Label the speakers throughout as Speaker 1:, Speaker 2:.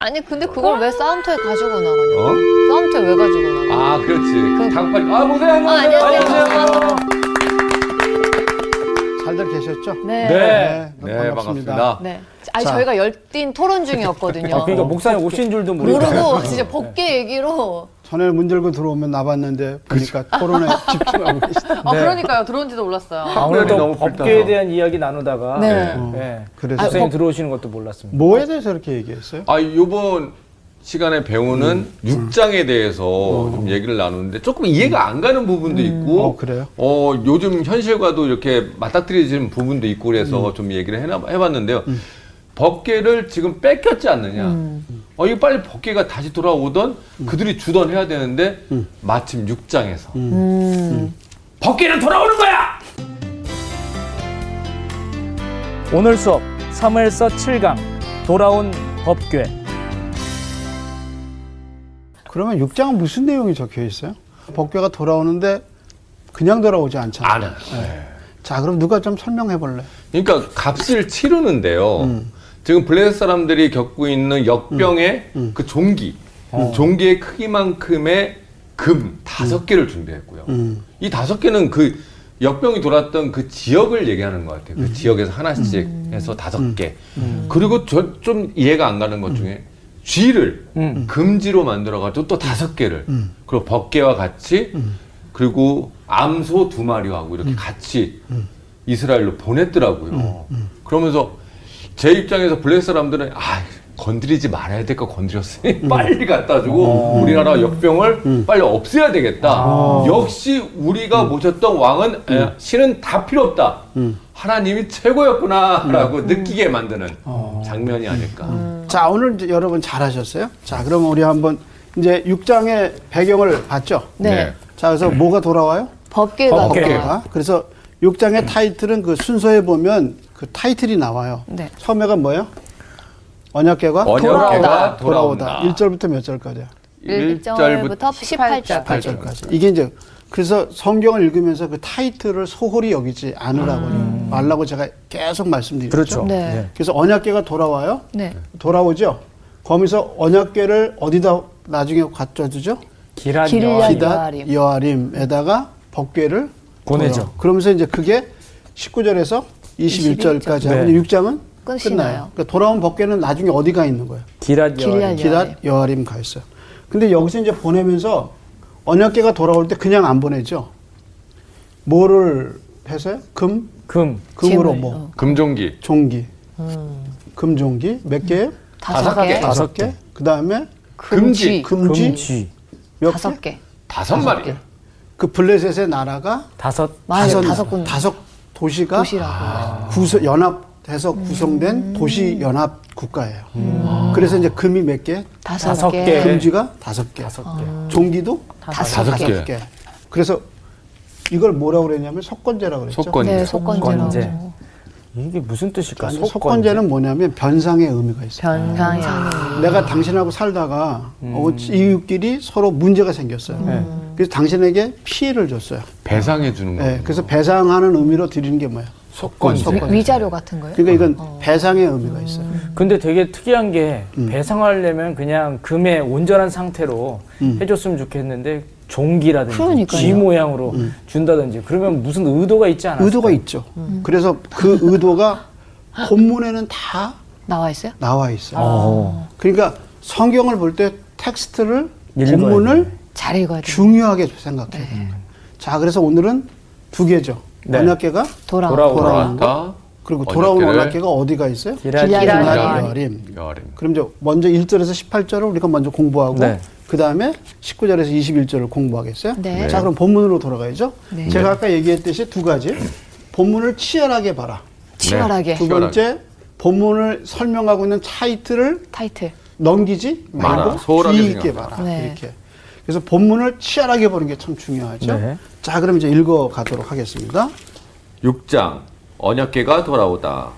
Speaker 1: 아니 근데 그걸 왜 싸움터에 가지고 나가냐?
Speaker 2: 어?
Speaker 1: 싸움터에 왜 가지고 나가?
Speaker 2: 아,
Speaker 3: 네.
Speaker 2: 그렇지. 다급하게. 아, 모세요.
Speaker 1: 아, 안녕하세요.
Speaker 3: 잘들 계셨죠?
Speaker 1: 네.
Speaker 2: 네.
Speaker 3: 네,
Speaker 2: 네,
Speaker 3: 반갑습니다.
Speaker 2: 반갑습니다.
Speaker 1: 네. 아니
Speaker 3: 자.
Speaker 1: 저희가 열띤 토론 중이었거든요.
Speaker 4: 그러니까 목사님 오신 줄도 모르고.
Speaker 1: 모르고 진짜 법계 얘기로.
Speaker 3: 전에 문 들고 들어오면 나봤는데 보니까 토론에 집중하고 계시다.
Speaker 1: 아 그러니까요. 들어온지도 몰랐어요.
Speaker 2: 학문이
Speaker 4: 아무래도
Speaker 2: 너무
Speaker 4: 법계에
Speaker 2: 불타서.
Speaker 4: 대한 이야기 나누다가
Speaker 1: 네.
Speaker 4: 예.
Speaker 3: 그래서
Speaker 4: 목사님 들어오시는 것도 몰랐습니다.
Speaker 3: 뭐에 대해서 이렇게 얘기했어요?
Speaker 2: 아, 요번 시간에 배우는
Speaker 3: 음.
Speaker 2: 육장에 대해서 좀 얘기를 나누는데 조금 이해가 안 가는 부분도 있고
Speaker 3: 어, 그래요?
Speaker 2: 어, 요즘 현실과도 이렇게 맞닥뜨려지는 부분도 있고 그래서
Speaker 3: 음.
Speaker 2: 좀 얘기를 해나, 해봤는데요. 법계를 지금 뺏겼지 않느냐.
Speaker 3: 음.
Speaker 2: 어, 이거 빨리 법계가 다시 돌아오던 그들이 주던해야 되는데
Speaker 3: 음.
Speaker 2: 마침 육장에서 법계는 돌아오는 거야!
Speaker 4: 오늘 수업 3회에서 7강 돌아온 법궤.
Speaker 3: 그러면 6장은 무슨 내용이 적혀 있어요? 법궤가 돌아오는데 그냥 돌아오지 않잖아요.
Speaker 2: 안 해.
Speaker 3: 네. 자, 그럼 누가 좀 설명해 볼래?
Speaker 2: 그러니까 값을 치르는데요. 지금 블레셋 사람들이 겪고 있는 역병의 그 종기, 종기의 크기만큼의 금 다섯 개를 준비했고요.
Speaker 3: 음.
Speaker 2: 이 다섯 개는 그 역병이 돌았던 그 지역을 얘기하는 것 같아요. 그 지역에서 하나씩 해서 다섯 개. 그리고 저, 좀 이해가 안 가는 것 중에 쥐를
Speaker 4: 음.
Speaker 2: 금지로 만들어가지고 또 다섯 개를 그리고 벗개와 같이 그리고 암소 두 마리하고 이렇게 같이 이스라엘로 보냈더라고요. 그러면서 제 입장에서 블레셋 사람들은 아 건드리지 말아야 될 거 건드렸으니 빨리 갖다 주고 우리나라 역병을 빨리 없애야 되겠다. 아. 역시 우리가 모셨던 왕은 에, 신은 다 필요 없다. 하나님이 최고였구나라고 느끼게 만드는 장면이 아닐까.
Speaker 3: 자, 오늘 이제 여러분 잘하셨어요? 자, 그러면 우리 한번 이제 6장의 배경을 봤죠?
Speaker 1: 네.
Speaker 3: 자, 그래서 뭐가 돌아와요?
Speaker 1: 법계가
Speaker 4: 법계.
Speaker 1: 돌아와요.
Speaker 3: 어, 법궤가. 그래서 6장의 타이틀은 그 순서에 보면 그 타이틀이 나와요.
Speaker 1: 네.
Speaker 3: 처음에가 뭐예요? 언약궤가
Speaker 2: 언약궤가 돌아온다.
Speaker 3: 돌아온다. 1절부터 몇 절까지야?
Speaker 2: 일
Speaker 1: 1절부터 18절.
Speaker 3: 8절까지. 이게 이제 그래서 성경을 읽으면서 그 타이틀을 소홀히 여기지 않으라고 말라고 제가 계속 말씀드렸죠.
Speaker 4: 그렇죠.
Speaker 1: 네.
Speaker 3: 음. 그래서 언약궤가 돌아와요.
Speaker 1: 네.
Speaker 3: 돌아오죠. 거기서 언약궤를 어디다 나중에 갖다 주죠?
Speaker 4: 길한
Speaker 1: 길한
Speaker 4: 여인.
Speaker 1: 아, 여인.
Speaker 3: 기닷 여아림에다가 법궤를
Speaker 4: 보내죠.
Speaker 3: 돌아와요. 그러면서 이제 그게 19절에서 21절까지 하고
Speaker 4: 네.
Speaker 3: 6장은
Speaker 1: 끝이나요.
Speaker 3: 끝나요. 그러니까 돌아온 법궤는 나중에 어디 가 있는 거예요?
Speaker 4: 길한
Speaker 1: 길한
Speaker 4: 여인.
Speaker 1: 네, 여인.
Speaker 3: 기닷 여아림 가 있어요. 근데 여기서 이제 보내면서 언약궤가 돌아올 때 그냥 안 보내죠. 뭐를 해서요? 금,
Speaker 4: 금.
Speaker 3: 금으로
Speaker 1: 재물,
Speaker 3: 뭐
Speaker 1: 어. 음.
Speaker 2: 금종기
Speaker 3: 종기, 금 종기 몇 개예요?
Speaker 1: 다섯 개.
Speaker 3: 다섯 개. 그 다음에
Speaker 1: 음. 금지.
Speaker 3: 금지
Speaker 4: 금지.
Speaker 3: 몇 개?
Speaker 1: 다섯 개.
Speaker 2: 다섯 마리.
Speaker 3: 그 블레셋의 나라가
Speaker 4: 다섯.
Speaker 1: 맞아요.
Speaker 3: 다섯,
Speaker 1: 다섯 군.
Speaker 3: 다섯 도시가 아.
Speaker 1: 도시라고. 음.
Speaker 3: 구서 연합해서 구성된 도시 연합 국가예요.
Speaker 1: 아.
Speaker 3: 그래서 이제 금이 몇 개?
Speaker 1: 다섯,
Speaker 4: 다섯
Speaker 1: 개. 네,
Speaker 4: 개.
Speaker 3: 금지가 다섯 개.
Speaker 4: 다섯 개.
Speaker 3: 종기도
Speaker 1: 다섯
Speaker 2: 다섯 개.
Speaker 3: 다섯 개. 그래서 이걸 뭐라고 그랬냐면 속건제라고 그랬죠.
Speaker 2: 속건제.
Speaker 1: 네, 속건제라고. 음.
Speaker 4: 건제. 이게 무슨 뜻일까?
Speaker 3: 아니, 속건제는 그러니까 뭐냐면 변상의 의미가 있어요.
Speaker 1: 변상의
Speaker 3: 내가 당신하고 살다가 어, 이웃끼리 서로 문제가 생겼어요.
Speaker 1: 음.
Speaker 3: 그래서 당신에게 피해를 줬어요.
Speaker 2: 배상해 주는
Speaker 3: 예,
Speaker 2: 거예요.
Speaker 3: 그래서 배상하는 의미로 드리는 게 뭐예요?
Speaker 2: 속건제.
Speaker 1: 위- 위자료 같은 거예요?
Speaker 3: 그러니까 이건
Speaker 1: 어.
Speaker 3: 배상의 의미가
Speaker 1: 음.
Speaker 3: 있어요.
Speaker 4: 근데 되게 특이한 게
Speaker 3: 음.
Speaker 4: 배상하려면 그냥 금의 온전한 상태로
Speaker 3: 음.
Speaker 4: 해줬으면 좋겠는데 종기라든지
Speaker 1: 그러니까요.
Speaker 4: 쥐 모양으로 준다든지 그러면 무슨 의도가 있지 않아요?
Speaker 3: 음. 의도가 있죠.
Speaker 1: 음.
Speaker 3: 그래서 그 의도가 본문에는 다
Speaker 1: 나와 있어요?
Speaker 3: 나와 있어요.
Speaker 1: 아.
Speaker 3: 그러니까 성경을 볼 때 텍스트를
Speaker 4: 읽어야
Speaker 3: 본문을
Speaker 1: 잘 읽어야 돼요.
Speaker 3: 중요하게 생각해야 되는 거예요. 자, 그래서 오늘은 두 개죠.
Speaker 4: 네.
Speaker 3: 언약계가
Speaker 1: 돌아.
Speaker 4: 돌아오고.
Speaker 2: 돌아왔다.
Speaker 3: 그리고 돌아온
Speaker 2: 언약궤를
Speaker 3: 언약계가 어디가 있어요?
Speaker 4: 길한
Speaker 1: 길한
Speaker 4: 여인.
Speaker 1: 여인.
Speaker 2: 네.
Speaker 3: 기나리,
Speaker 1: 여아림.
Speaker 3: 여림.
Speaker 2: 여아림.
Speaker 3: 그럼 이제 먼저 1절에서 18절을 우리가 먼저 공부하고
Speaker 4: 네.
Speaker 3: 그다음에 19절에서 21절을 공부하겠어요?
Speaker 1: 네.
Speaker 3: 자, 그럼 본문으로 돌아가야죠.
Speaker 1: 네.
Speaker 3: 제가 아까 얘기했듯이 두 가지. 본문을 치열하게 봐라.
Speaker 1: 치열하게.
Speaker 3: 두 번째, 본문을 설명하고 있는 타이틀을
Speaker 1: 타이틀.
Speaker 3: 넘기지
Speaker 2: 말아.
Speaker 3: 말고
Speaker 2: 소홀하게
Speaker 3: 주의 있게
Speaker 2: 생각하라.
Speaker 3: 봐라.
Speaker 1: 네.
Speaker 3: 이렇게. 그래서 본문을 치열하게 보는 게 참 중요하죠.
Speaker 4: 네.
Speaker 3: 자, 그럼 이제 읽어 가도록 하겠습니다.
Speaker 2: 6장 언약궤가 돌아오다.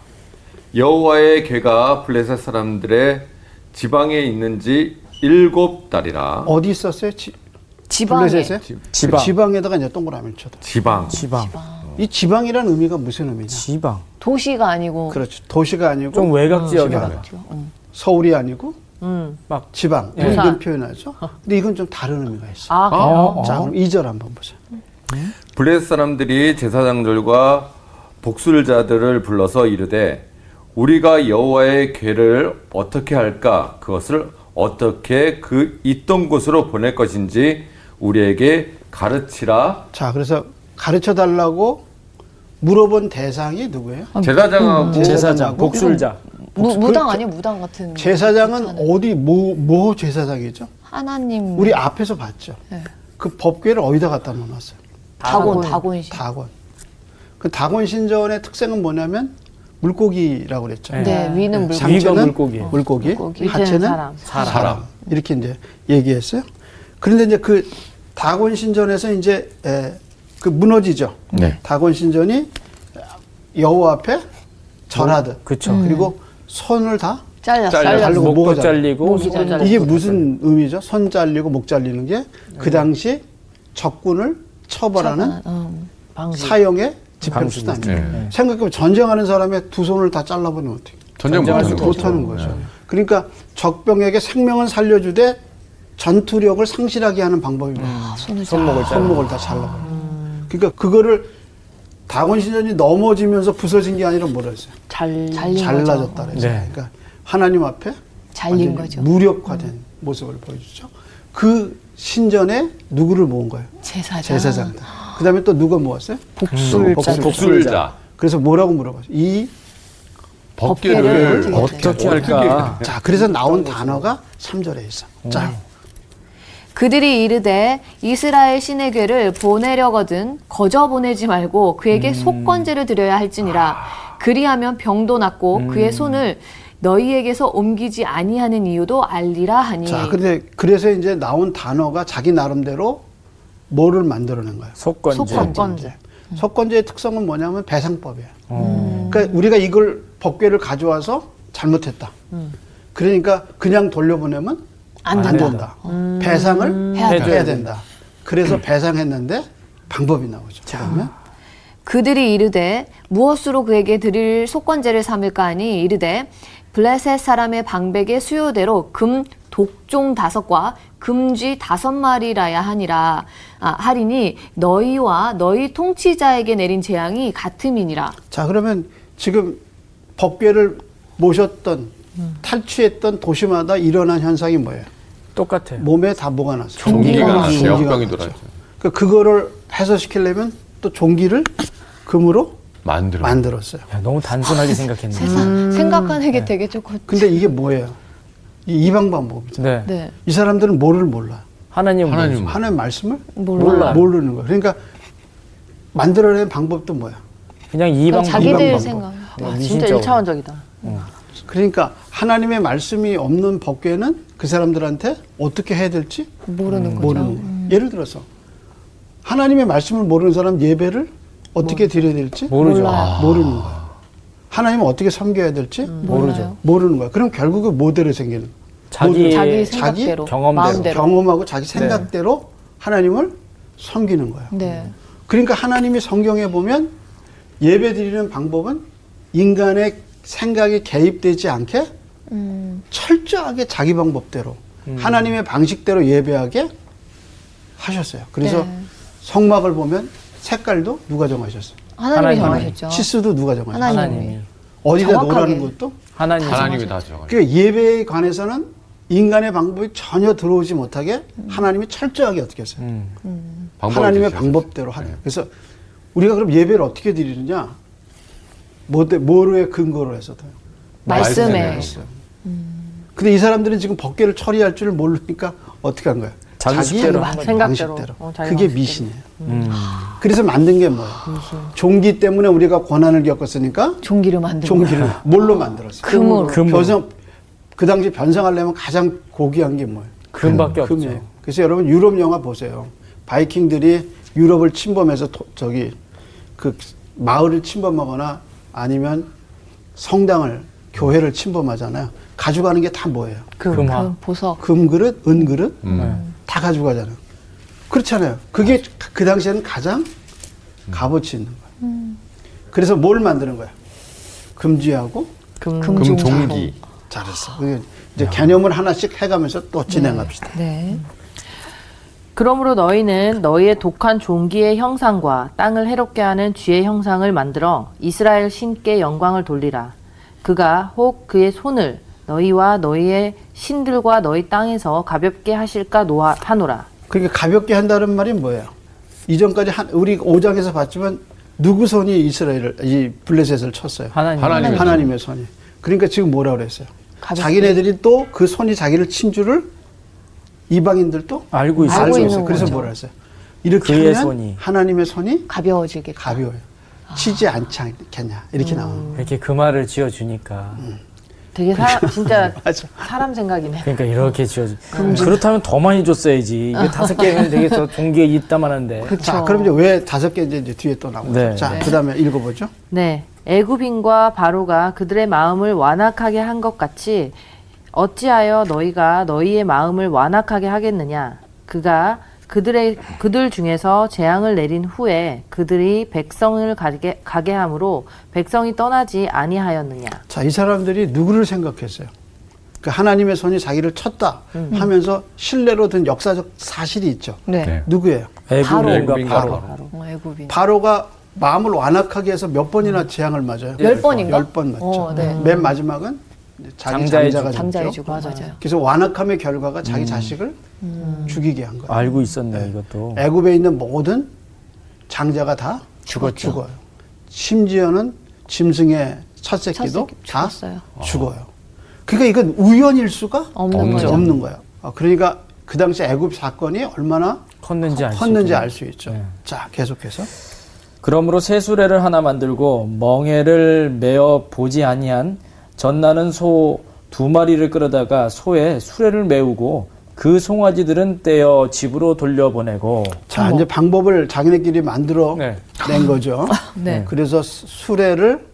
Speaker 2: 여호와의 궤가 블레셋 사람들의 지방에 있는지 일곱 달이라.
Speaker 3: 어디 있었어요? 지,
Speaker 1: 지방에.
Speaker 3: 블레셋에?
Speaker 2: 지-
Speaker 4: 지방.
Speaker 3: 그 지방에다가 이제 동그라미를 쳐다.
Speaker 2: 지방.
Speaker 4: 지방.
Speaker 3: 이 지방이라는 의미가 무슨 의미냐?
Speaker 4: 지방.
Speaker 1: 도시가 아니고. 어.
Speaker 3: 그렇죠. 도시가 아니고
Speaker 4: 좀 외곽 지역에
Speaker 3: 지방.
Speaker 4: 가
Speaker 1: 지방. 응.
Speaker 3: 서울이 아니고
Speaker 1: 음.
Speaker 4: 막
Speaker 3: 지방
Speaker 1: 예.
Speaker 3: 이런
Speaker 1: 부산.
Speaker 3: 표현하죠. 근데 이건 좀 다른 의미가 있어. 요
Speaker 1: 아,
Speaker 2: 아,
Speaker 1: 그래요?
Speaker 4: 어.
Speaker 3: 자, 그럼 2절 한번 보자.
Speaker 2: 블레셋 사람들이 제사장들과 복술자들을 불러서 이르되 우리가 여호와의 궤를 어떻게 할까 그것을 어떻게 그 있던 곳으로 보낼 것인지 우리에게 가르치라
Speaker 3: 자, 그래서 가르쳐 달라고 물어본 대상이 누구예요?
Speaker 2: 아, 제사장하고
Speaker 4: 음. 제사장, 복술자.
Speaker 1: 무, 무당 아니에요? 무당 같은.
Speaker 3: 제사장은 어디 뭐, 뭐 제사장이죠?
Speaker 1: 하나님.
Speaker 3: 우리 아, 앞에서 봤죠.
Speaker 1: 네.
Speaker 3: 그 법궤를 어디다 갖다 놓았어요?
Speaker 1: 다곤, 다곤신.
Speaker 3: 다곤. 그 다곤 신전의 특색은 뭐냐면 물고기라고 그랬죠.
Speaker 4: 네.
Speaker 1: 네, 위는 물고.
Speaker 4: 장미가
Speaker 3: 상체는
Speaker 4: 물고기.
Speaker 3: 물고기,
Speaker 1: 물고기.
Speaker 3: 하체는
Speaker 5: 사람.
Speaker 4: 사람.
Speaker 3: 이렇게 이제 얘기했어요. 그런데 이제 그 다곤 신전에서 이제 에, 그 무너지죠.
Speaker 2: 네.
Speaker 3: 다곤 신전이 여호 앞에 절하듯.
Speaker 4: 음,
Speaker 3: 음.
Speaker 4: 그쵸.
Speaker 3: 그리고 손을 다
Speaker 1: 잘렸어.
Speaker 2: 잘렸어.
Speaker 1: 잘렸어.
Speaker 3: 잘리고
Speaker 4: 목도
Speaker 3: 네, 뭐가
Speaker 4: 잘리고
Speaker 5: 목이
Speaker 4: 손-
Speaker 5: 잘리고.
Speaker 3: 이게 무슨 의미죠? 손 잘리고 목 잘리는 게 그 당시 적군을 처벌하는
Speaker 1: 음, 방지.
Speaker 3: 사형의 집행
Speaker 4: 방지.
Speaker 3: 수단이에요.
Speaker 2: 네.
Speaker 3: 생각해보면 전쟁하는 사람의 두 손을 다 잘라버리면 어떻게?
Speaker 2: 전쟁
Speaker 4: 전쟁할
Speaker 2: 못하는
Speaker 4: 수도
Speaker 2: 거죠.
Speaker 3: 못하는 거죠. 그러니까 적병에게 생명은 살려주되 전투력을 상실하게 하는 방법이 뭐예요?
Speaker 1: 아, 손을 아. 잘-
Speaker 4: 손목을 잘라.
Speaker 3: 손목을 다 잘라버려. 그러니까 그거를 다곤신전이 넘어지면서 부서진 게 아니라 뭐라 했어요?
Speaker 5: 잘
Speaker 1: 잘린 거죠.
Speaker 3: 잘라졌다 그랬어요.
Speaker 4: 네.
Speaker 3: 그러니까 하나님 앞에
Speaker 1: 잘린
Speaker 3: 완전히
Speaker 1: 거죠. 음.
Speaker 3: 무력화된 모습을 보여주죠. 그 신전에 누구를 모은 거예요?
Speaker 1: 제사장.
Speaker 3: 제사장들. 그다음에 또 누가 모았어요?
Speaker 5: 복술자.
Speaker 3: 복술자.
Speaker 2: 복술자
Speaker 3: 그래서 뭐라고 물어봤어요? 이
Speaker 2: 법궤를
Speaker 1: 법궤를
Speaker 4: 어떻게 할까?
Speaker 3: 자, 그래서 나온 단어가 3절에 있어. 자,
Speaker 5: 그들이 이르되 이스라엘 신의 궤를 보내려거든 거저 보내지 말고 그에게 속건제를 드려야 할지니라 그리하면 병도 낫고 그의 손을 너희에게서 옮기지 아니하는 이유도 알리라 하니
Speaker 1: 네.
Speaker 3: 자, 근데 그래서 이제 나온 단어가 자기 나름대로 뭐를 만들어낸 거예요?
Speaker 4: 속건제.
Speaker 1: 속건제.
Speaker 3: 석권제의 특성은 뭐냐면 배상법이에요. 그러니까 우리가 이걸 법궤를 가져와서 잘못했다. 그러니까 그냥 돌려보내면 안,
Speaker 1: 안
Speaker 3: 된다.
Speaker 1: 된다.
Speaker 3: 배상을
Speaker 1: 해야
Speaker 3: 해야,
Speaker 4: 된다.
Speaker 3: 된다. 그래서 배상했는데 방법이 나오죠. 그러면
Speaker 5: 그들이 이르되 무엇으로 그에게 드릴 속건제를 삼을까 하니 이르되 블레셋 사람의 방백의 수요대로 금 독종 다섯과 금쥐 다섯 마리라야 하니라 아, 하리니 너희와 너희 통치자에게 내린 재앙이 같음이니라
Speaker 3: 자 그러면 지금 법궤를 모셨던 탈취했던 도시마다 일어난 현상이 뭐예요?
Speaker 4: 똑같아요.
Speaker 3: 몸에 다 뭐가 났어요?
Speaker 2: 종기가
Speaker 3: 종기가
Speaker 2: 났어요.
Speaker 3: 났죠.
Speaker 2: 병이 돌아죠.
Speaker 3: 그 그거를 해소시키려면 또 종기를 금으로
Speaker 2: 만들어.
Speaker 3: 만들었어요.
Speaker 4: 야, 너무 단순하게 생각했네.
Speaker 1: 세상 생각하는 게 되게 조금.
Speaker 3: 근데 이게 뭐예요? 이 이방 방법이죠.
Speaker 4: 네.
Speaker 1: 네.
Speaker 3: 이 사람들은 뭐를 몰라.
Speaker 4: 하나님
Speaker 2: 하나님
Speaker 4: 하나님.
Speaker 3: 하나님의 말씀을
Speaker 4: 몰라.
Speaker 3: 모르는 거예요. 그러니까 만들어낸 방법도 뭐야?
Speaker 4: 그냥 이방
Speaker 1: 자기들
Speaker 3: 이방
Speaker 1: 생각.
Speaker 4: 네,
Speaker 1: 아,
Speaker 4: 미신적으로.
Speaker 1: 진짜 1차원적이다.
Speaker 3: 그러니까 하나님의 말씀이 없는 법궤는 그 사람들한테 어떻게 해야 될지
Speaker 1: 모르는 거죠. 음.
Speaker 3: 모르는 거예요. 예를 들어서 하나님의 말씀을 모르는 사람 예배를 어떻게 드려야 될지
Speaker 4: 모르죠.
Speaker 1: 몰라요.
Speaker 4: 아.
Speaker 3: 모르는 거예요. 하나님을 어떻게 섬겨야 될지
Speaker 1: 음.
Speaker 4: 모르죠.
Speaker 3: 모르는 거야. 그럼 결국은 모델이 생기는 거야.
Speaker 4: 자기
Speaker 1: 자기
Speaker 4: 자기
Speaker 1: 생각대로.
Speaker 4: 경험대로.
Speaker 1: 마음대로.
Speaker 3: 경험하고 자기
Speaker 4: 네.
Speaker 3: 생각대로 하나님을 섬기는 거예요.
Speaker 1: 네.
Speaker 3: 그러니까 하나님이 성경에 보면 예배 드리는 방법은 인간의 생각이 개입되지 않게
Speaker 1: 음.
Speaker 3: 철저하게 자기 방법대로
Speaker 2: 음.
Speaker 3: 하나님의 방식대로 예배하게 하셨어요. 그래서
Speaker 1: 네.
Speaker 3: 성막을 보면 색깔도 누가 정하셨어요?
Speaker 1: 하나님이
Speaker 4: 하나님.
Speaker 1: 네. 정하셨죠.
Speaker 3: 치수도 누가 정하셨어요?
Speaker 1: 하나님.
Speaker 4: 하나님이
Speaker 3: 어디다
Speaker 1: 정확하게.
Speaker 3: 놓으라는 것도
Speaker 4: 하나님.
Speaker 2: 하나님이 다 정하죠.
Speaker 3: 그러니까 예배에 관해서는 인간의 방법이 전혀 들어오지 못하게
Speaker 1: 음.
Speaker 3: 하나님이 철저하게 어떻게 했어요?
Speaker 4: 음.
Speaker 2: 방법을
Speaker 3: 하나님의
Speaker 2: 제시하셨어요. 네.
Speaker 3: 방법대로 하는. 거예요. 그래서 우리가 그럼 예배를 어떻게 드리느냐? 뭐대, 뭐로의 근거로 해서도요.
Speaker 1: 말씀에.
Speaker 2: 말씀에.
Speaker 3: 근데 이 사람들은 지금 법계를 처리할 줄 모르니까 어떻게 한 거야?
Speaker 4: 자기 식대로 한 거죠.
Speaker 3: 방식대로.
Speaker 1: 생각대로. 어, 자기
Speaker 3: 그게
Speaker 1: 방식대로.
Speaker 3: 미신이에요.
Speaker 4: 음.
Speaker 3: 그래서 만든 게 뭐예요? 종기 때문에 우리가 고난을 겪었으니까
Speaker 1: 종기를 만드는
Speaker 3: 종기를 뭘로 만들었어요?
Speaker 1: 금으로.
Speaker 4: 금으로.
Speaker 3: 변성, 그 당시 변성하려면 가장 고귀한 게 뭐예요?
Speaker 4: 금밖에 없죠.
Speaker 3: 금이에요. 그래서 여러분 유럽 영화 보세요. 바이킹들이 유럽을 침범해서 토- 저기 그 마을을 침범하거나 아니면 성당을 교회를 침범하잖아요. 가져가는 게 다 뭐예요?
Speaker 1: 금,
Speaker 4: 금화.
Speaker 1: 금, 보석.
Speaker 3: 금 그릇, 은 그릇
Speaker 4: 네.
Speaker 2: 음.
Speaker 3: 다 가져가잖아요. 그렇잖아요. 그게 그 당시에는 가장 값어치 있는 거예요. 그래서 뭘 만드는 거야? 금지하고
Speaker 1: 금,
Speaker 2: 금종기.
Speaker 3: 잘했어. 그게 이제 개념을 하나씩 해가면서 또 진행합시다.
Speaker 1: 네.
Speaker 6: 그러므로 너희는 너희의 독한 종기의 형상과 땅을 해롭게 하는 쥐의 형상을 만들어 이스라엘 신께 영광을 돌리라. 그가 혹 그의 손을 너희와 너희의 신들과 너희 땅에서 가볍게 하실까 노하, 하노라.
Speaker 3: 그러니까 가볍게 한다는 말이 뭐예요? 이전까지 한, 우리 5장에서 봤지만 누구 손이 이스라엘을 이 블레셋을 쳤어요?
Speaker 4: 하나님.
Speaker 2: 하나님.
Speaker 3: 하나님의, 손이. 그러니까 지금 뭐라 그랬어요?
Speaker 1: 가볍게.
Speaker 3: 자기네들이 또 그 손이 자기를 친 줄을 이방인들도
Speaker 4: 알고 있어요.
Speaker 1: 알고 있는
Speaker 3: 있어요. 그래서
Speaker 1: 거죠.
Speaker 3: 뭐라 했어요? 이렇게
Speaker 4: 그의
Speaker 3: 하면
Speaker 4: 손이.
Speaker 3: 하나님의 손이
Speaker 1: 가벼워지게.
Speaker 3: 가벼워요. 치지 않지 않겠냐 이렇게
Speaker 1: 음.
Speaker 3: 나오는 거예요.
Speaker 4: 이렇게 그 말을 지어 주니까
Speaker 3: 음.
Speaker 6: 되게 사, 진짜
Speaker 3: 맞아.
Speaker 6: 사람 생각이네.
Speaker 4: 그러니까 이렇게 지어 주. 그렇다면 더 많이 줬어야지. 이게 다섯 개면 되겠어. 종기에 있다만한데.
Speaker 3: 자, 그럼 이제 왜 다섯 개 이제, 이제 뒤에 또 나오죠?
Speaker 4: 네.
Speaker 3: 자, 그다음에 읽어보죠.
Speaker 6: 네, 애굽인과 바로가 그들의 마음을 완악하게 한 것 같이 어찌하여 너희가 너희의 마음을 완악하게 하겠느냐? 그가 그들의 그들 중에서 재앙을 내린 후에 그들이 백성을 가게, 가게 함으로 백성이 떠나지 아니하였느냐?
Speaker 3: 자, 이 사람들이 누구를 생각했어요? 그 하나님의 손이 자기를 쳤다 하면서 신뢰로 든 역사적 사실이 있죠.
Speaker 1: 음. 네.
Speaker 2: 네.
Speaker 3: 누구예요?
Speaker 4: 애굽인과
Speaker 2: 바로.
Speaker 4: 바로.
Speaker 1: 바로. 어, 애굽인.
Speaker 3: 바로가 마음을 완악하게 해서 몇 번이나 재앙을 맞아요?
Speaker 1: 열 번인가?
Speaker 3: 열 번 맞죠.
Speaker 1: 어, 네.
Speaker 3: 맨 마지막은 이제 자기
Speaker 4: 장자의 죽-
Speaker 3: 장자가 됐죠.
Speaker 1: 장자해주고 맞아요.
Speaker 3: 그래서 완악함의 결과가 자기 자식을
Speaker 1: 음.
Speaker 3: 죽이게 한 거예요.
Speaker 4: 알고 있었네 이것도.
Speaker 3: 애굽에 있는 모든 장자가 다
Speaker 1: 죽었죠.
Speaker 3: 죽어요. 심지어는 짐승의 첫 새끼도
Speaker 1: 새끼
Speaker 3: 다
Speaker 1: 죽었어요.
Speaker 3: 죽어요. 그러니까 이건 우연일 수가
Speaker 1: 없는
Speaker 2: 없는
Speaker 1: 거죠.
Speaker 2: 거죠.
Speaker 3: 없는 거예요. 아, 그러니까 그 당시 애굽 사건이 얼마나
Speaker 4: 컸는지 알수
Speaker 3: 컸는지
Speaker 4: 있겠네.
Speaker 3: 알 수 있죠. 자, 계속해서
Speaker 4: 그러므로 새수레를 하나 만들고 멍에를 메어 보지 아니한 전나는 소 두 마리를 끌어다가 소에 수레를 메우고 그 송아지들은 떼어 집으로 돌려보내고
Speaker 1: 뭐.
Speaker 3: 자 이제 방법을 자기네끼리 만들어
Speaker 4: 네.
Speaker 3: 낸 거죠.
Speaker 1: 네.
Speaker 3: 그래서 수- 수레를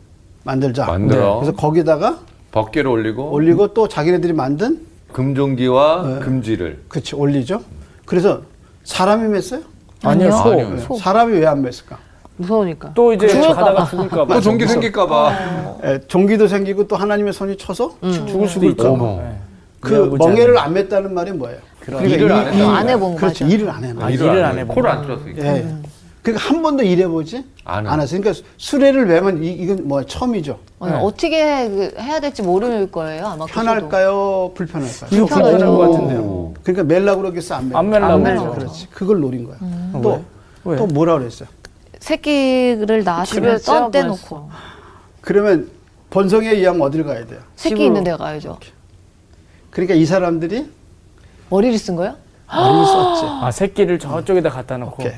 Speaker 3: 만들자. 네.
Speaker 2: 만들어. 어.
Speaker 3: 그래서 거기다가
Speaker 2: 벗개를 올리고
Speaker 3: 올리고 또 자기네들이 만든
Speaker 2: 금종기와 금지를
Speaker 3: 그치 올리죠. 그래서 사람이 맸어요?
Speaker 4: 아니요 소.
Speaker 2: 아니요.
Speaker 3: 네. 사람이 왜 안 맸을까?
Speaker 6: 무서우니까.
Speaker 4: 또 이제 가다가 죽을까 봐.
Speaker 2: 또 종기 생길까봐
Speaker 3: 에, 종기도 생기고 또 하나님의 손이 쳐서
Speaker 4: 죽을 수도 있죠.
Speaker 2: 어머.
Speaker 4: 네.
Speaker 3: 그
Speaker 4: 내가 보지
Speaker 3: 멍해를 안 맸다는 말이 뭐예요?
Speaker 2: 일을 안 했다는
Speaker 1: 안 해본
Speaker 3: 그렇죠.
Speaker 1: 거죠.
Speaker 3: 일을 안 해요.
Speaker 4: 아, 일을 안 해보고.
Speaker 2: 코를 안 틀었어
Speaker 3: 예. 그러니까 한 번도 일해보지
Speaker 2: 안 해요.
Speaker 3: 않았어요. 그러니까 수레를 매면 이, 이건 뭐 처음이죠.
Speaker 1: 어, 어떻게 그 해야 될지 모를 거예요. 아마 그 소도.
Speaker 3: 편할까요? 불편할까요?
Speaker 4: 이거 불편할 것 같은데요.
Speaker 2: 오.
Speaker 3: 그러니까 멜라 그러겠어 안 그렇죠. 멜라?
Speaker 4: 안 멜라
Speaker 1: 안 멜라.
Speaker 3: 그렇지. 그걸 노린 거야. 또,
Speaker 4: 왜?
Speaker 3: 또 뭐라 그랬어요?
Speaker 1: 새끼를 낳아 집에
Speaker 6: 떼어
Speaker 1: 떠떼놓고
Speaker 6: 보냈어.
Speaker 3: 그러면 본성에 의하면 어딜 가야 돼요?
Speaker 1: 새끼
Speaker 6: 집으로.
Speaker 1: 있는 데 가야죠.
Speaker 3: 그러니까 이 사람들이
Speaker 1: 머리를 쓴 거예요?
Speaker 3: 많이 썼지.
Speaker 4: 아 새끼를 저쪽에다 갖다 놓고
Speaker 3: 오케이.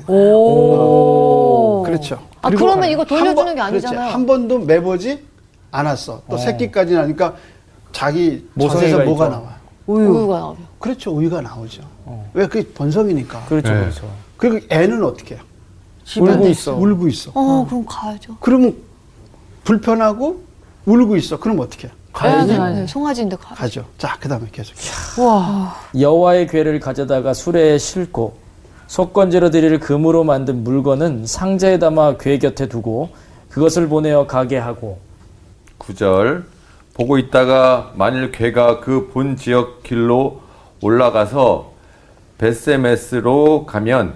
Speaker 1: 오.
Speaker 3: 그렇죠.
Speaker 1: 아,
Speaker 3: 그리고
Speaker 1: 그러면 이거 돌려주는
Speaker 3: 한 번-
Speaker 1: 게 아니잖아요.
Speaker 3: 그렇지. 한 번도 매보지 않았어. 또 새끼까지 나니까 자기
Speaker 4: 모성애가
Speaker 3: 젖에서 뭐가
Speaker 4: 있죠. 어.
Speaker 3: 나와?
Speaker 1: 우유가 나오죠.
Speaker 3: 그렇죠. 우유가 나오죠. 왜? 그게 본성이니까.
Speaker 4: 그렇죠
Speaker 2: 네.
Speaker 4: 그렇죠.
Speaker 3: 그리고 애는 어떻게 해요?
Speaker 4: 울고 있어.
Speaker 3: 울고 있어.
Speaker 1: 어, 그럼 가야죠.
Speaker 3: 그러면 불편하고 울고 있어. 그럼 어떻게 해요?
Speaker 1: 가야죠. 네, 송아지인데 가.
Speaker 3: 가죠. 자, 그 다음에 계속.
Speaker 4: 여호와의 궤를 가져다가 수레에 싣고 속건제로 드릴 금으로 만든 물건은 상자에 담아 궤 곁에 두고 그것을 보내어 가게 하고
Speaker 2: 구절 보고 있다가 만일 괴가 그 본 지역 길로 올라가서 베세메스로 가면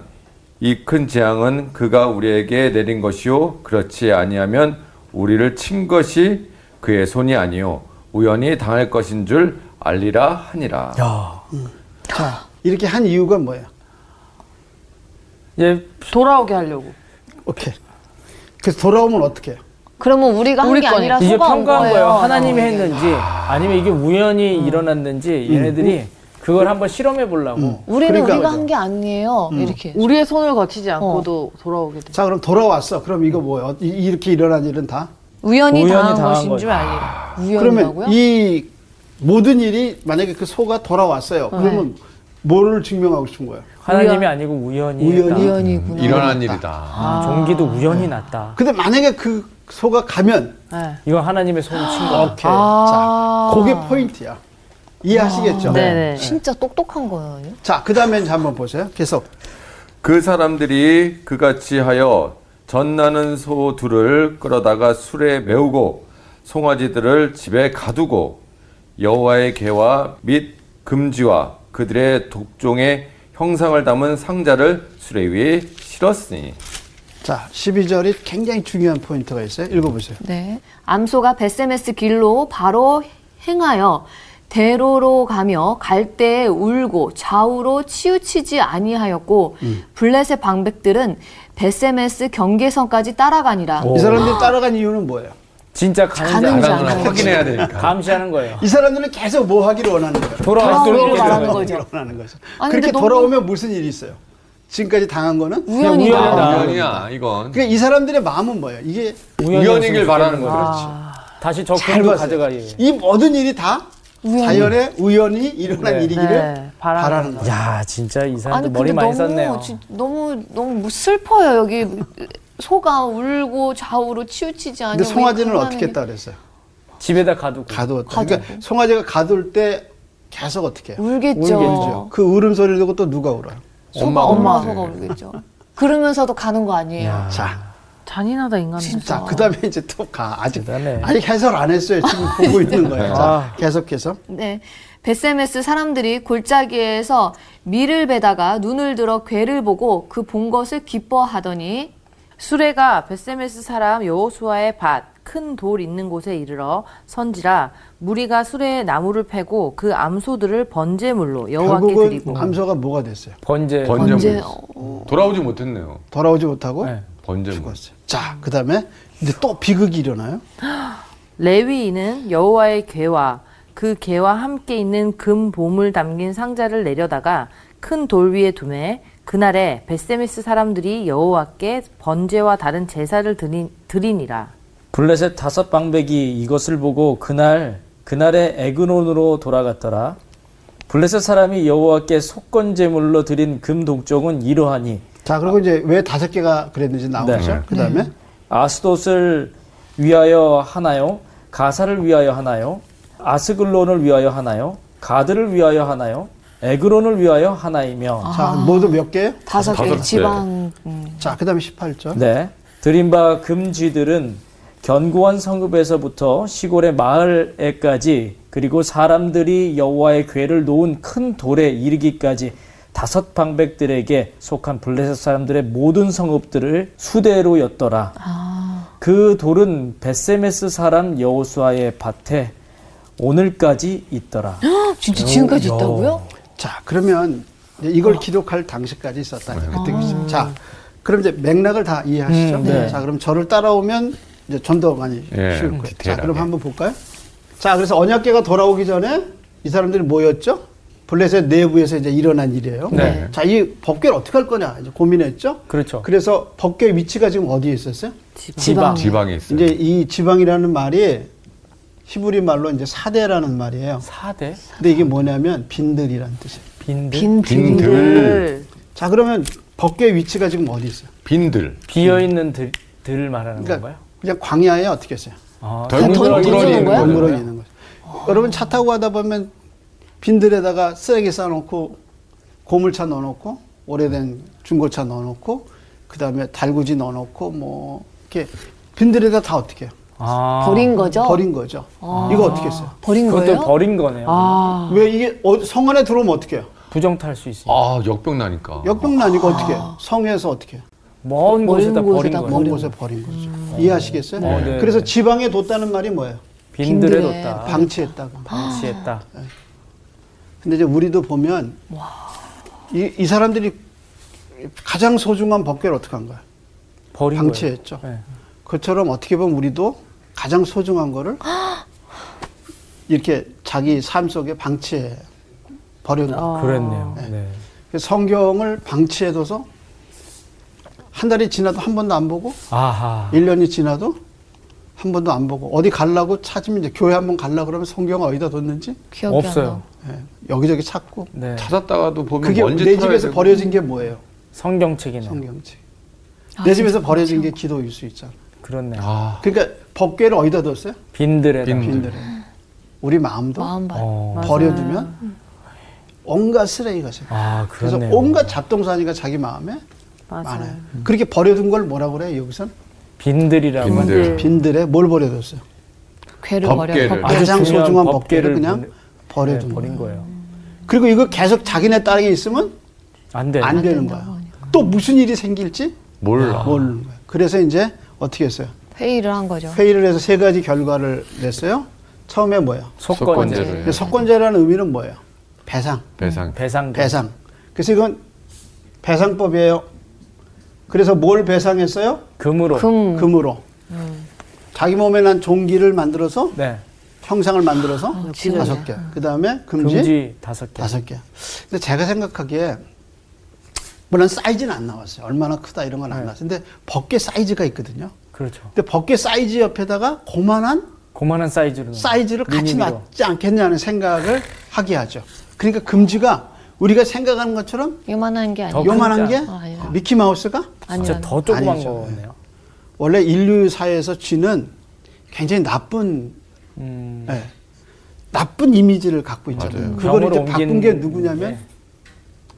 Speaker 2: 이 큰 재앙은 그가 우리에게 내린 것이요 그렇지 아니하면 우리를 친 것이 그의 손이 아니요 우연히 당할 것인 줄 알리라 하니라.
Speaker 3: 자, 이렇게 한 이유가 뭐예요?
Speaker 4: 이제
Speaker 6: 돌아오게 하려고.
Speaker 3: 오케이. 그래서 돌아오면 어떻게 해요?
Speaker 1: 그러면 우리가 한
Speaker 6: 우리
Speaker 1: 게
Speaker 6: 거니까.
Speaker 1: 아니라
Speaker 4: 이게
Speaker 1: 소가 온
Speaker 4: 평가한
Speaker 1: 거예요.
Speaker 4: 거예요. 하나님이 했는지 아니면 이게 우연히 일어났는지 얘네들이 그걸 한번 실험해 보려고
Speaker 1: 우리는
Speaker 3: 그러니까
Speaker 1: 우리가
Speaker 3: 그죠.
Speaker 1: 한 게 아니에요.
Speaker 3: 음.
Speaker 1: 이렇게.
Speaker 6: 우리의 손을 거치지 않고도 돌아오게 돼.
Speaker 3: 자, 그럼 돌아왔어. 그럼 이거 뭐예요? 이- 이렇게 일어난 일은 다?
Speaker 1: 우연히,
Speaker 4: 우연히
Speaker 1: 당한,
Speaker 4: 당한
Speaker 1: 것인
Speaker 4: 거예요.
Speaker 1: 줄 알리라. 우연이라고요?
Speaker 3: 그러면 이 모든 일이 만약에 그 소가 돌아왔어요. 그러면 뭐를 증명하고 싶은 거예요?
Speaker 4: 하나님이 아니고 우연이
Speaker 3: 우연히?
Speaker 4: 났다.
Speaker 1: 우연이구나.
Speaker 2: 일어난 일이다.
Speaker 4: 아, 종기도 우연히 났다.
Speaker 3: 근데 만약에 그 소가 가면
Speaker 4: 이건 하나님의 손을 친 거.
Speaker 3: 오케이. 자, 그게 포인트야. 이해하시겠죠?
Speaker 6: 아. 네네.
Speaker 1: 진짜 똑똑한 거예요.
Speaker 3: 자, 그다음에 이제 한번 보세요. 계속.
Speaker 2: 그 사람들이 그같이 하여 전나는 소 둘을 끌어다가 술에 메우고 송아지들을 집에 가두고 여호와의 개와 및 금지와 그들의 독종의 형상을 담은 상자를 수레 위에 실었으니
Speaker 3: 자, 12절이 굉장히 중요한 포인트가 있어요. 읽어보세요.
Speaker 1: 네.
Speaker 5: 암소가 베세메스 길로 바로 행하여 대로로 가며 갈대에 울고 좌우로 치우치지 아니하였고 블렛의 방백들은 베세메스 경계선까지 따라가니라.
Speaker 3: 이 사람들이 따라간 이유는 뭐예요?
Speaker 4: 진짜 가는지
Speaker 5: 가는지
Speaker 4: 안
Speaker 5: 안
Speaker 4: 가는지
Speaker 5: 가는지.
Speaker 2: 확인해야 되니까.
Speaker 4: 감시하는 거예요.
Speaker 3: 이 사람들은 계속 뭐 하기를 원하는 거예요?
Speaker 5: 돌아오기를 바라는
Speaker 3: 돌아오기를
Speaker 5: 거죠.
Speaker 3: 원하는 거죠.
Speaker 5: 아니,
Speaker 3: 그렇게
Speaker 5: 근데 너무-
Speaker 3: 돌아오면 무슨 일이 있어요? 지금까지 당한 거는?
Speaker 4: 그냥
Speaker 5: 우연이다.
Speaker 4: 네, 우연이다.
Speaker 2: 우연이야 이건
Speaker 3: 그러니까 이 사람들의 마음은 뭐예요? 이게
Speaker 2: 우연이길 바라는 거죠.
Speaker 4: 다시
Speaker 3: 잘
Speaker 4: 적군도
Speaker 3: 봤어요.
Speaker 4: 가져가기 위해.
Speaker 3: 이 모든 일이 다 자연의 우연이 일어난
Speaker 4: 네.
Speaker 3: 일이기를
Speaker 6: 네, 바라는
Speaker 3: 바라는 거예요.
Speaker 4: 야, 진짜 이 사람도
Speaker 5: 아니
Speaker 4: 머리
Speaker 5: 근데
Speaker 4: 많이
Speaker 5: 너무
Speaker 4: 썼네요.
Speaker 5: 진- 너무 너무 슬퍼요 여기 소가 울고 좌우로 치우치지 않으
Speaker 3: 근데 송아지는 어떻게 했다 그랬어요?
Speaker 4: 집에다 가두고.
Speaker 3: 가두었다. 그러니까 송아지가 가둘 때 계속 어떻게 해요?
Speaker 5: 울겠죠.
Speaker 3: 울겠죠. 그 울음소리를 듣고 또 누가 울어요?
Speaker 5: 소가 엄마, 소가 울겠죠. 그러면서도 가는 거 아니에요.
Speaker 3: 자,
Speaker 6: 잔인하다 인간.
Speaker 3: 자, 그 다음에 이제 또 가. 아직,
Speaker 4: 대단해.
Speaker 3: 아직 해설 안 했어요. 지금 보고 있는
Speaker 4: 아.
Speaker 3: 거예요. 자, 계속해서.
Speaker 5: 네. 베세메스 사람들이 골짜기에서 밀을 베다가 눈을 들어 괴를 보고 그 본 것을 기뻐하더니
Speaker 6: 수레가 베세메스 사람 여호수아의 밭 큰 돌 있는 곳에 이르러 선지라 무리가 수레에 나무를 패고 그 암소들을 번제물로 여호와께
Speaker 3: 결국은
Speaker 6: 드리고
Speaker 3: 암소가 뭐가 됐어요?
Speaker 4: 아, 번제.
Speaker 2: 번제
Speaker 5: 언제
Speaker 2: 돌아오지 못했네요.
Speaker 3: 돌아오지 못하고
Speaker 4: 네.
Speaker 2: 번제
Speaker 3: 죽었어요. 자, 그 다음에 이제 또 비극이 일어나요.
Speaker 6: 레위인은 여호와의 괴와 그 괴와 함께 있는 금 보물 담긴 상자를 내려다가 큰 돌 위에 두매 그날에 베세메스 사람들이 여호와께 번제와 다른 제사를 드리, 드리니라.
Speaker 4: 블레셋 다섯 방백이 이것을 보고 그날 그날의 에그론으로 돌아갔더라. 블레셋 사람이 여호와께 속건 제물로 드린 금 독종은 이러하니
Speaker 3: 자, 그리고 이제 왜 다섯 개가 그랬는지 나오죠.
Speaker 4: 네.
Speaker 3: 그 다음에
Speaker 4: 아스돗을 위하여 하나요? 가사를 위하여 하나요? 아스글론을 위하여 하나요? 가드를 위하여 하나요? 에그론을 위하여 하나이며
Speaker 3: 자, 모두 몇 개요?
Speaker 5: 다섯
Speaker 2: 다섯
Speaker 5: 개
Speaker 2: 개.
Speaker 5: 지방 음.
Speaker 3: 자, 그 다음에 18절.
Speaker 4: 네. 드림바 금쥐들은 견고한 성읍에서부터 시골의 마을에까지 그리고 사람들이 여호와의 궤를 놓은 큰 돌에 이르기까지 다섯 방백들에게 속한 블레셋 사람들의 모든 성읍들을 수대로였더라. 그 돌은 베세메스 사람 여호수아의 밭에 오늘까지 있더라.
Speaker 1: 진짜 지금까지 있다고요?
Speaker 3: 자, 그러면 이제 이걸
Speaker 4: 어.
Speaker 3: 기록할 당시까지 있었다.
Speaker 2: 네.
Speaker 3: 그때 기준. 자, 그럼 이제 맥락을 다 이해하시죠?
Speaker 4: 아. 음, 네.
Speaker 3: 자, 그럼 저를 따라오면 이제 좀 더 많이
Speaker 2: 예,
Speaker 3: 쉬울 거예요. 자,
Speaker 2: 디테일하게.
Speaker 3: 그럼 한번 볼까요? 자, 그래서 언약계가 돌아오기 전에 이 사람들이 모였죠? 블레셋 내부에서 이제 일어난 일이에요.
Speaker 2: 네.
Speaker 3: 자, 이 법궤를 어떻게 할 거냐 이제 고민했죠?
Speaker 4: 그렇죠.
Speaker 3: 그래서 법궤 위치가 지금 어디에 있었어요?
Speaker 4: 지방.
Speaker 2: 지방에 있어요.
Speaker 3: 이제 이 지방이라는 말이 히브리 말로 이제 사대라는 말이에요.
Speaker 4: 사대
Speaker 3: 근데 이게 뭐냐면 빈들이라는 뜻이에요.
Speaker 4: 빈들
Speaker 1: 빈
Speaker 3: 음.
Speaker 2: 빈들
Speaker 6: 음.
Speaker 3: 자 그러면 법궤 위치가 지금 어디 있어요?
Speaker 2: 빈들
Speaker 4: 비어 있는 들, 들을 말하는
Speaker 3: 그러니까
Speaker 4: 건가요?
Speaker 3: 그냥 광야에 어떻게 했어요?
Speaker 4: 아,
Speaker 2: 덩그러니
Speaker 1: 던지는
Speaker 2: 있는
Speaker 1: 거야?
Speaker 2: 거잖아요.
Speaker 3: 덩그러니 있는 거죠. 여러분 차 타고 가다 보면 빈들에다가 쓰레기 싸놓고 고물차 넣어놓고 오래된 중고차 넣어놓고 그 다음에 달구지 넣어놓고 뭐 이렇게 빈들에다 다 어떻게 해요?
Speaker 4: 아,
Speaker 1: 버린 거죠?
Speaker 3: 버린 거죠. 이거 어떻게 했어요?
Speaker 1: 버린
Speaker 4: 그것도
Speaker 1: 거예요?
Speaker 4: 버린 거네요.
Speaker 3: 왜 이게 어- 성 안에 들어오면 어떻게 해요?
Speaker 4: 부정탈 수 있으니까.
Speaker 2: 아 역병 나니까.
Speaker 3: 역병나니까 어떻게 해요? 성에서 어떻게 해요?
Speaker 4: 먼 곳에다 버린
Speaker 1: 곳에다
Speaker 4: 거예요.
Speaker 3: 먼 곳에 버린 거죠. 이해하시겠어요?
Speaker 4: 네. 네.
Speaker 3: 그래서 지방에 뒀다는 말이 뭐예요?
Speaker 4: 빈들에
Speaker 1: 빈들에
Speaker 4: 뒀다.
Speaker 3: 방치했다고.
Speaker 4: 아. 방치했다.
Speaker 3: 근데 이제 우리도 보면 이, 이 사람들이 가장 소중한 법궤를 어떻게 한 거야?
Speaker 4: 버린 거예요.
Speaker 3: 방치했죠.
Speaker 4: 네.
Speaker 3: 그처럼 어떻게 보면 우리도 가장 소중한 거를 이렇게 자기 삶 속에 방치해 버려놓은
Speaker 4: 어.
Speaker 3: 거예요.
Speaker 4: 그랬네요. 네.
Speaker 3: 그래서 성경을 방치해둬서 한 달이 지나도 한 번도 안 보고
Speaker 4: 아하.
Speaker 3: 1년이 지나도 한 번도 안 보고 어디 가려고 찾으면 이제 교회 한 번 가려고 그러면 성경을 어디다 뒀는지
Speaker 1: 기억이 안
Speaker 4: 없어요.
Speaker 1: 나.
Speaker 3: 예, 여기저기 찾고
Speaker 4: 네.
Speaker 2: 찾았다가도 보면
Speaker 3: 그게
Speaker 2: 먼지
Speaker 3: 내
Speaker 2: 털어야
Speaker 3: 집에서
Speaker 2: 되고.
Speaker 3: 버려진 게 뭐예요?
Speaker 4: 성경책이네요.
Speaker 3: 성경책. 내 집에서 버려진 게 기도일 수 있잖아.
Speaker 4: 그렇네요.
Speaker 2: 아
Speaker 3: 그러니까 법궤를 어디다 뒀어요?
Speaker 4: 빈들에다.
Speaker 2: 빈-
Speaker 3: 빈들에. 우리 마음도
Speaker 1: 마음 봐.
Speaker 4: 어.
Speaker 3: 버려두면 온갖 쓰레기가 생겨.
Speaker 4: 아,
Speaker 3: 그래서
Speaker 4: 그렇네요.
Speaker 3: 온갖 잡동사니가 자기 마음에
Speaker 6: 맞아요.
Speaker 3: 많아요. 그렇게 버려둔 걸 뭐라고 그래요? 여기선
Speaker 2: 아,
Speaker 4: 빈들이라고.
Speaker 2: 빈들.
Speaker 3: 빈들에 뭘 버려뒀어요?
Speaker 1: 괴를 버려.
Speaker 2: 법궤를.
Speaker 1: 법-
Speaker 3: 아주 가장
Speaker 4: 중요한
Speaker 3: 소중한 법궤를 그냥
Speaker 4: 보내-
Speaker 3: 버려둔
Speaker 4: 네, 버린
Speaker 3: 거예요.
Speaker 4: 거예요. 네.
Speaker 3: 그리고 이거 계속 자기네 딸에게 있으면
Speaker 4: 안 돼.
Speaker 3: 안 되는 거야. 또 무슨 일이 생길지 아,
Speaker 2: 몰라.
Speaker 3: 모르는 거야. 그래서 이제 어떻게 했어요?
Speaker 1: 회의를 한 거죠.
Speaker 3: 회의를 해서 세 가지 결과를 냈어요. 처음에 뭐예요?
Speaker 4: 속건제.
Speaker 2: 속건제를.
Speaker 3: 근데 석권제라는 의미는 뭐예요? 배상.
Speaker 2: 배상.
Speaker 4: 배상.
Speaker 3: 배상. 그래서 이건 배상법이에요. 그래서 뭘 배상했어요?
Speaker 4: 금으로.
Speaker 3: 음.
Speaker 1: 금
Speaker 3: 금으로. 음. 자기 몸에 난 종기를 만들어서
Speaker 4: 네.
Speaker 3: 형상을 만들어서 다섯 개. 그 다음에 금지
Speaker 4: 금지 다섯 개.
Speaker 3: 다섯 개. 근데 제가 생각하기에 물론 사이즈는 안 나왔어요. 얼마나 크다 이런
Speaker 4: 네.
Speaker 3: 건 안 나왔어요. 근데 벗개 사이즈가 있거든요.
Speaker 4: 그렇죠.
Speaker 3: 근데 벗개 사이즈 옆에다가 고만한
Speaker 4: 고만한 사이즈로.
Speaker 3: 사이즈를
Speaker 4: 네.
Speaker 3: 같이
Speaker 4: 미니미로.
Speaker 3: 놨지 않겠냐는 생각을 하게 하죠. 그러니까 금지가 우리가 생각하는 것처럼
Speaker 1: 요만한 게 아니에요.
Speaker 4: 더
Speaker 3: 요만한 게
Speaker 4: 크지
Speaker 1: 않- 아, 예.
Speaker 3: 미키 마우스가
Speaker 4: 진짜
Speaker 1: 아니라는
Speaker 4: 더 조그만
Speaker 3: 아니죠.
Speaker 4: 거네요.
Speaker 3: 원래 인류 사회에서 쥐는 굉장히 나쁜
Speaker 4: 음,
Speaker 3: 예, 나쁜 이미지를 갖고 있잖아요.
Speaker 2: 맞아요.
Speaker 3: 그걸 이제
Speaker 4: 병으로
Speaker 3: 바꾼
Speaker 4: 옮긴 네.
Speaker 3: 게 누구냐면
Speaker 4: 게.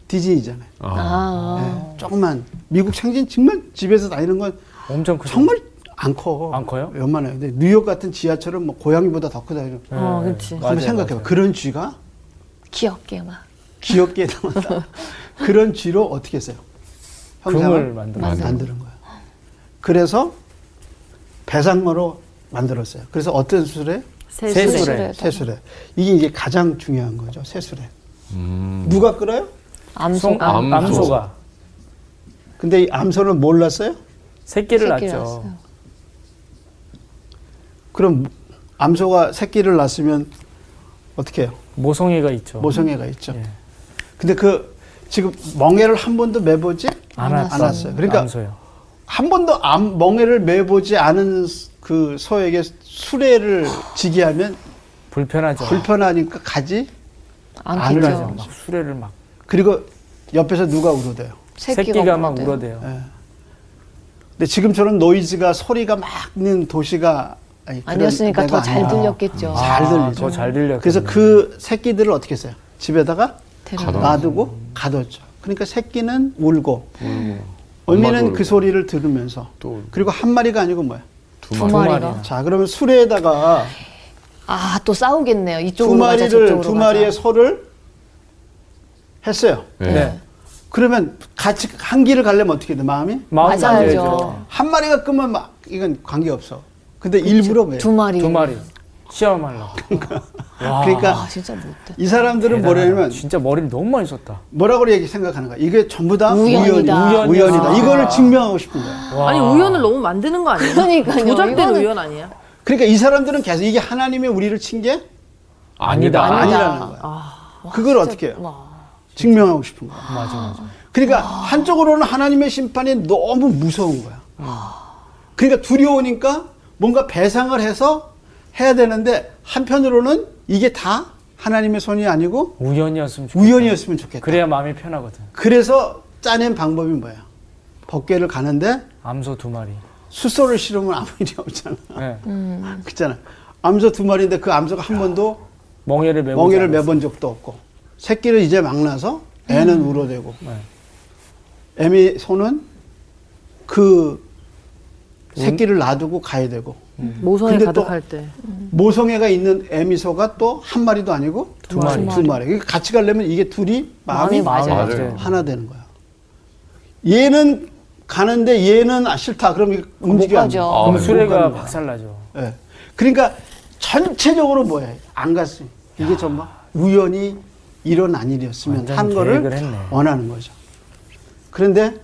Speaker 3: 디즈니잖아요.
Speaker 2: 아.
Speaker 1: 아,
Speaker 3: 예, 조그만 미국 생진 정말 집에서 다니는 건
Speaker 4: 엄청 크죠.
Speaker 3: 정말 안 커.
Speaker 4: 안 커요?
Speaker 3: 웬만해요. 근데 뉴욕 같은 지하철은 뭐 고양이보다 더 크다.
Speaker 4: 네.
Speaker 3: 이런.
Speaker 6: 어, 그렇지.
Speaker 4: 맞아요,
Speaker 3: 한번 생각해봐.
Speaker 4: 맞아요.
Speaker 3: 그런 쥐가
Speaker 1: 귀엽게 막.
Speaker 3: 귀엽게 담았다. 그런 쥐로 어떻게 했어요?
Speaker 4: 금을
Speaker 3: 형상을
Speaker 4: 만들어.
Speaker 2: 맞아요.
Speaker 3: 만드는 거예요. 그래서 배상으로 만들었어요. 그래서 어떤 수레?
Speaker 4: 세수레.
Speaker 1: 세수레.
Speaker 3: 세수레. 이게 이제 가장 중요한 거죠. 세수레.
Speaker 2: 음.
Speaker 3: 누가 끌어요?
Speaker 1: 암소.
Speaker 4: 송, 암,
Speaker 2: 암소.
Speaker 4: 암소가
Speaker 3: 근데 이 암소는 몰랐어요?
Speaker 1: 새끼를
Speaker 4: 새끼를 낳죠.
Speaker 1: 낳았어요.
Speaker 3: 그럼 암소가 새끼를 낳았으면 어떻게 해요?
Speaker 4: 모성애가 있죠.
Speaker 3: 모성애가 있죠.
Speaker 4: 예.
Speaker 3: 근데 그 지금 멍해를 한 번도 매보지
Speaker 4: 안
Speaker 1: 안
Speaker 4: 왔어요.
Speaker 3: 왔어요. 그러니까
Speaker 4: 암소요.
Speaker 3: 한 번도 암, 멍해를 매보지 않은 그 소에게 수레를 지게 하면
Speaker 4: 불편하죠.
Speaker 3: 불편하니까 가지
Speaker 1: 안
Speaker 3: 하죠.
Speaker 1: 키죠.
Speaker 4: 막 수레를 막
Speaker 3: 그리고 옆에서 누가 울어대요.
Speaker 1: 새끼가,
Speaker 4: 새끼가, 막 울어대요.
Speaker 3: 예. 근데 지금처럼 노이즈가 소리가 막 있는 도시가 아니, 그런
Speaker 1: 아니었으니까
Speaker 3: 데가
Speaker 1: 더 잘
Speaker 3: 아니라
Speaker 1: 들렸겠죠.
Speaker 3: 네. 잘
Speaker 4: 아,
Speaker 3: 들리죠.
Speaker 4: 더잘 들렸겠네요.
Speaker 3: 그래서 그 새끼들을 어떻게 했어요? 집에다가
Speaker 1: 데려다.
Speaker 3: 놔두고 가뒀죠. 그러니까 새끼는 울고
Speaker 2: 엄마도
Speaker 3: 언니는
Speaker 2: 울고.
Speaker 3: 그 소리를 들으면서
Speaker 2: 또 울고.
Speaker 3: 그리고 한 마리가 아니고 뭐야?
Speaker 2: 두
Speaker 1: 두
Speaker 2: 마리.
Speaker 1: 마리가.
Speaker 3: 자 그러면 수레에다가
Speaker 1: 아, 또 싸우겠네요.
Speaker 3: 두
Speaker 1: 이쪽으로 가자,
Speaker 3: 마리를
Speaker 1: 저쪽으로
Speaker 3: 두
Speaker 1: 가자.
Speaker 3: 마리의 소를 했어요.
Speaker 2: 네.
Speaker 3: 그러면 같이 한 길을 가려면 어떻게 돼? 마음이
Speaker 4: 마음
Speaker 1: 맞아야죠.
Speaker 4: 맞아야죠.
Speaker 3: 한 마리가 끄면 막 이건 관계 없어. 근데 일부러 왜?
Speaker 1: 그렇죠. 두 마리.
Speaker 4: 두 마리 시험하려고. 와,
Speaker 3: 그러니까
Speaker 1: 아, 진짜 못돼.
Speaker 3: 이 사람들은
Speaker 4: 대단하다.
Speaker 3: 뭐냐면
Speaker 4: 진짜 머리를 너무 많이 썼다.
Speaker 3: 뭐라고 얘기 생각하는 거야. 이게 전부 다
Speaker 1: 우연이다.
Speaker 3: 우연이다. 우연이다.
Speaker 4: 아.
Speaker 3: 이거를 증명하고 싶은 거야.
Speaker 4: 와.
Speaker 6: 아니 우연을 너무 만드는 거 아니에요?
Speaker 1: 그러니까요.
Speaker 6: 조작된
Speaker 1: 이거는-
Speaker 6: 우연 아니에요?
Speaker 3: 그러니까 이 사람들은 계속 이게 하나님이 우리를 친 게
Speaker 1: 아니다.
Speaker 2: 아니다.
Speaker 3: 아니라는 거야. 그걸 어떻게 해요?
Speaker 1: 와.
Speaker 3: 증명하고 싶은 거야.
Speaker 4: 맞아 맞아.
Speaker 3: 그러니까 한쪽으로는 하나님의 심판이 너무 무서운 거야. 그러니까 두려우니까 뭔가 배상을 해서 해야 되는데 한편으로는 이게 다 하나님의 손이 아니고
Speaker 4: 우연이었으면 좋겠다.
Speaker 3: 우연이었으면 좋겠다.
Speaker 4: 그래야 마음이 편하거든.
Speaker 3: 그래서 짜낸 방법이 뭐야? 법궤를 가는데
Speaker 4: 암소 두 마리.
Speaker 3: 숫소를 실으면 아무 일이 없잖아.
Speaker 4: 네.
Speaker 3: 그렇잖아. 암소 두 마리인데 그 암소가 한 번도
Speaker 4: 멍에를 메고.
Speaker 3: 멍에를 매본 적도 없고 새끼를 이제 막 나서 애는 울어대고
Speaker 4: 네.
Speaker 3: 애미 손은 그 새끼를 놔두고 가야 되고
Speaker 4: 음.
Speaker 6: 모성애
Speaker 3: 근데 또-
Speaker 6: 가득할 때.
Speaker 3: 모성애가 있는 애미소가 또 한 마리도 아니고
Speaker 4: 두 마리.
Speaker 3: 두 마리. 그러니까 같이 가려면 이게 둘이 마음이
Speaker 1: 마음이 맞아야
Speaker 2: 맞아요.
Speaker 4: 돼요.
Speaker 3: 하나 되는 거야. 얘는 가는데 얘는 아 싫다. 그럼 이거 움직여. 안 돼.
Speaker 1: 가죠.
Speaker 2: 아,
Speaker 4: 그럼
Speaker 2: 네.
Speaker 4: 수레가 박살나죠.
Speaker 3: 예. 그러니까 전체적으로 뭐예요? 안 갔어요. 이게 정말 우연히 일어난 일이었으면
Speaker 4: 완전
Speaker 3: 한
Speaker 4: 계획을
Speaker 3: 거를
Speaker 4: 했네.
Speaker 3: 원하는 거죠. 그런데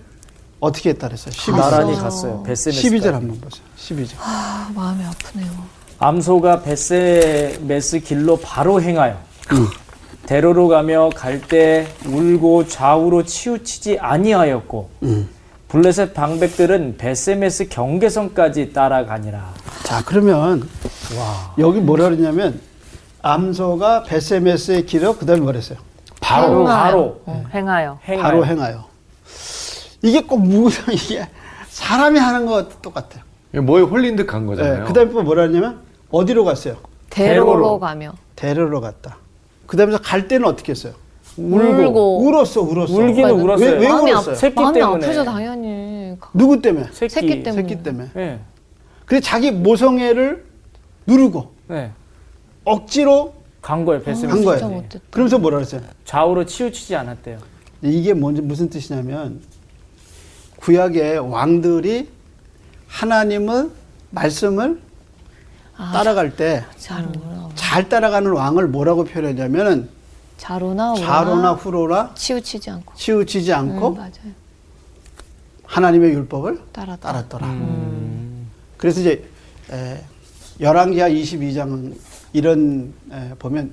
Speaker 3: 어떻게 했다 그랬어요? 12절.
Speaker 4: 아, 나란히 갔어요. 베스메스.
Speaker 3: 12절 한번 보세요. 12절.
Speaker 1: 아, 마음이 아프네요.
Speaker 4: 암소가 베세메스 길로 바로 행하여
Speaker 3: 음.
Speaker 4: 대로로 가며 갈 때 울고 좌우로 치우치지 아니하였고 블레셋 방백들은 베세메스 경계선까지 따라가니라.
Speaker 3: 자, 그러면 여기 뭐라 그러냐면 암소가 베세메스의 길어 그다음에 뭐라 했어요?
Speaker 4: 바로 바로
Speaker 1: 네.
Speaker 6: 어, 행하여.
Speaker 4: 행하여.
Speaker 3: 바로 행하여. 이게 꼭 무슨 이게 사람이 하는 것 똑같아요.
Speaker 2: 뭐에 홀린 듯 간 거잖아요.
Speaker 3: 예. 그다음에 또 뭐라 그러냐면 어디로 갔어요?
Speaker 1: 대로로,
Speaker 4: 대로로.
Speaker 1: 가며.
Speaker 3: 데리러 갔다. 그다음에 갈 때는 어떻게 했어요?
Speaker 1: 울고.
Speaker 3: 울었어, 울었어.
Speaker 4: 울기는
Speaker 1: 왜-
Speaker 4: 울었어요.
Speaker 3: 왜
Speaker 1: 마음이
Speaker 3: 울었어요?
Speaker 1: 아프-
Speaker 4: 새끼
Speaker 1: 마음이
Speaker 4: 때문에.
Speaker 1: 아프죠, 당연히. 가-
Speaker 3: 누구 때문에?
Speaker 4: 새끼,
Speaker 1: 새끼 때문에.
Speaker 3: 새끼 때문에.
Speaker 4: 예.
Speaker 3: 그래 자기 모성애를 누르고
Speaker 4: 네.
Speaker 3: 억지로
Speaker 4: 광고에 뵀습니다.
Speaker 3: 한 거예요.
Speaker 1: 네, 진짜 못됐다.
Speaker 3: 그러면서 뭐라 그랬어요?
Speaker 4: 좌우로 치우치지 않았대요.
Speaker 3: 이게 뭔지 무슨 뜻이냐면 구약의 왕들이 하나님을 말씀을
Speaker 1: 아,
Speaker 3: 따라갈
Speaker 1: 잘 오나
Speaker 3: 때 잘 따라가는 왕을 뭐라고 표현했냐면은
Speaker 1: 잘 오나 오나
Speaker 3: 좌로나 후로라
Speaker 1: 치우치지 않고
Speaker 3: 치우치지 않고
Speaker 1: 아, 음, 맞아요.
Speaker 3: 하나님의 율법을
Speaker 1: 따라 따라
Speaker 3: 따랐더라. 그래서 이제 열왕기하 22장은 이런 에, 보면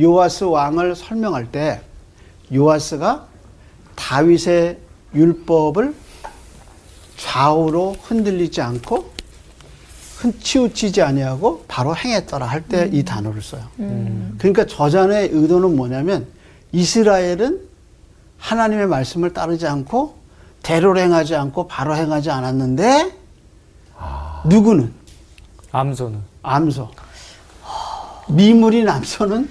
Speaker 3: 요아스 왕을 설명할 때 요아스가 다윗의 율법을 좌우로 흔들리지 않고 흔 치우치지 아니하고 바로 행했더라 할 때 이 단어를 써요. 그러니까 저자의 의도는 뭐냐면 이스라엘은 하나님의 말씀을 따르지 않고 대로 행하지 않고 바로 행하지 않았는데 누구는
Speaker 4: 암소는.
Speaker 3: 암소 미물인 암소는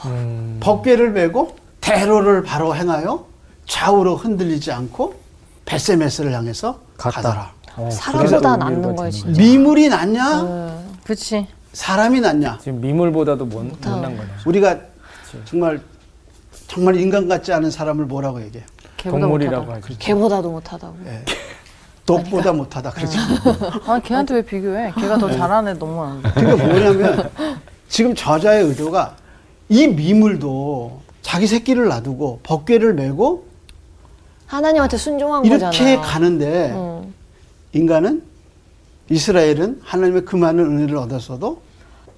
Speaker 4: 아. 음.
Speaker 3: 법궤를 메고 대로를 바로 행하여 좌우로 흔들리지 않고 베세메스를 향해서 가더라.
Speaker 4: 어,
Speaker 1: 사람보다
Speaker 4: 그래서
Speaker 1: 남는
Speaker 4: 의미가
Speaker 1: 거예요 진짜.
Speaker 3: 미물이 낫냐?
Speaker 6: 그치.
Speaker 3: 사람이 낫냐?
Speaker 4: 지금 미물보다도 못, 못난 거네.
Speaker 3: 우리가 정말 정말 인간 같지 않은 사람을 뭐라고 얘기해요?
Speaker 6: 걔보다
Speaker 4: 동물이라고 하죠.
Speaker 1: 걔보다도 못하다고.
Speaker 3: 예. 독보다 못하다 그러죠.
Speaker 6: 아, 걔한테 왜 비교해? 걔가
Speaker 4: 음.
Speaker 6: 더 잘하네, 너무 많은데.
Speaker 3: 그게 뭐냐면 지금 저자의 의도가 이 미물도 자기 새끼를 놔두고 벗개를 메고
Speaker 1: 하나님한테 순종한
Speaker 3: 이렇게
Speaker 1: 거잖아요.
Speaker 3: 가는데
Speaker 1: 음.
Speaker 3: 인간은 이스라엘은 하나님의 그 많은 은혜를 얻었어도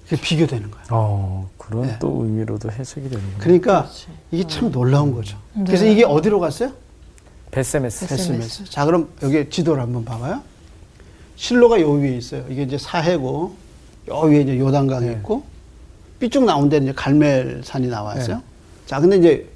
Speaker 3: 그게 비교되는 거야.
Speaker 4: 어, 그런
Speaker 3: 네.
Speaker 4: 또 의미로도 해석이 되는군요.
Speaker 3: 그러니까 이게 참 놀라운 거죠.
Speaker 1: 음. 네.
Speaker 3: 그래서 이게 어디로 갔어요?
Speaker 4: 베세메스.
Speaker 3: 베스메스. 자 그럼 여기 지도를 한번 봐봐요. 실로가 요 위에 있어요. 이게 이제 사해고 요 위에 이제
Speaker 1: 네.
Speaker 3: 요단강이 있고 삐쭉 나온 데는 이제 갈멜산이
Speaker 1: 네.
Speaker 3: 나와있어요. 자 근데 이제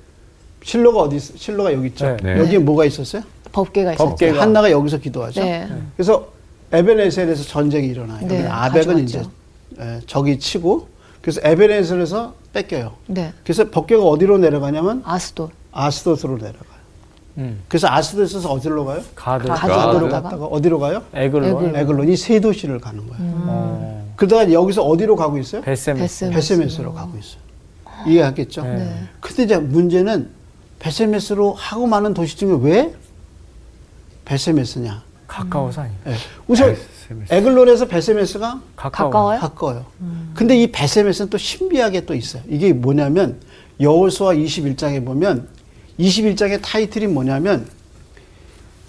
Speaker 3: 실로가 어디 있, 실로가 여기 있죠.
Speaker 4: 네.
Speaker 2: 네.
Speaker 3: 여기에 뭐가 있었어요?
Speaker 1: 법계가 있었죠.
Speaker 4: 법계. 어깨가.
Speaker 3: 한나가 여기서 기도하죠.
Speaker 1: 네.
Speaker 3: 그래서 에벤에셀에서 전쟁이 일어나요.
Speaker 1: 네,
Speaker 3: 여기 아벡은 이제
Speaker 1: 가져갔죠.
Speaker 3: 예, 적이 치고 그래서 에벤에셀에서 뺏겨요.
Speaker 1: 네.
Speaker 3: 그래서 법궤가 어디로 내려가냐면
Speaker 1: 아스도
Speaker 3: 아스돗으로 내려가요.
Speaker 4: 음.
Speaker 3: 그래서 아스돗에서 어디로 가요?
Speaker 4: 가드.
Speaker 1: 가드.
Speaker 2: 아,
Speaker 3: 가드로
Speaker 1: 가드로
Speaker 3: 갔다가 어디로 가요?
Speaker 4: 에글론.
Speaker 1: 에글론.
Speaker 3: 에글론이 세 도시를 가는 거예요.
Speaker 4: 어,
Speaker 3: 그러다가 여기서 어디로 가고 있어요?
Speaker 4: 베세메스.
Speaker 1: 베스메스.
Speaker 3: 베세메스로 가고 있어요. 이해하겠죠?
Speaker 4: 네. 네.
Speaker 3: 근데 이제 문제는 베세메스로 하고 많은 도시 중에 왜 베세메스냐?
Speaker 4: 음. 가까워서 아니.
Speaker 3: 예. 우선
Speaker 2: 베세메스.
Speaker 3: 에글론에서 베세메스가
Speaker 4: 가까워.
Speaker 1: 가까워요?
Speaker 3: 가까워요.
Speaker 4: 음.
Speaker 3: 근데 이 베세메스는 또 신비하게 또 있어요. 이게 뭐냐면 여호수아 21장에 보면 21장의 타이틀이 뭐냐면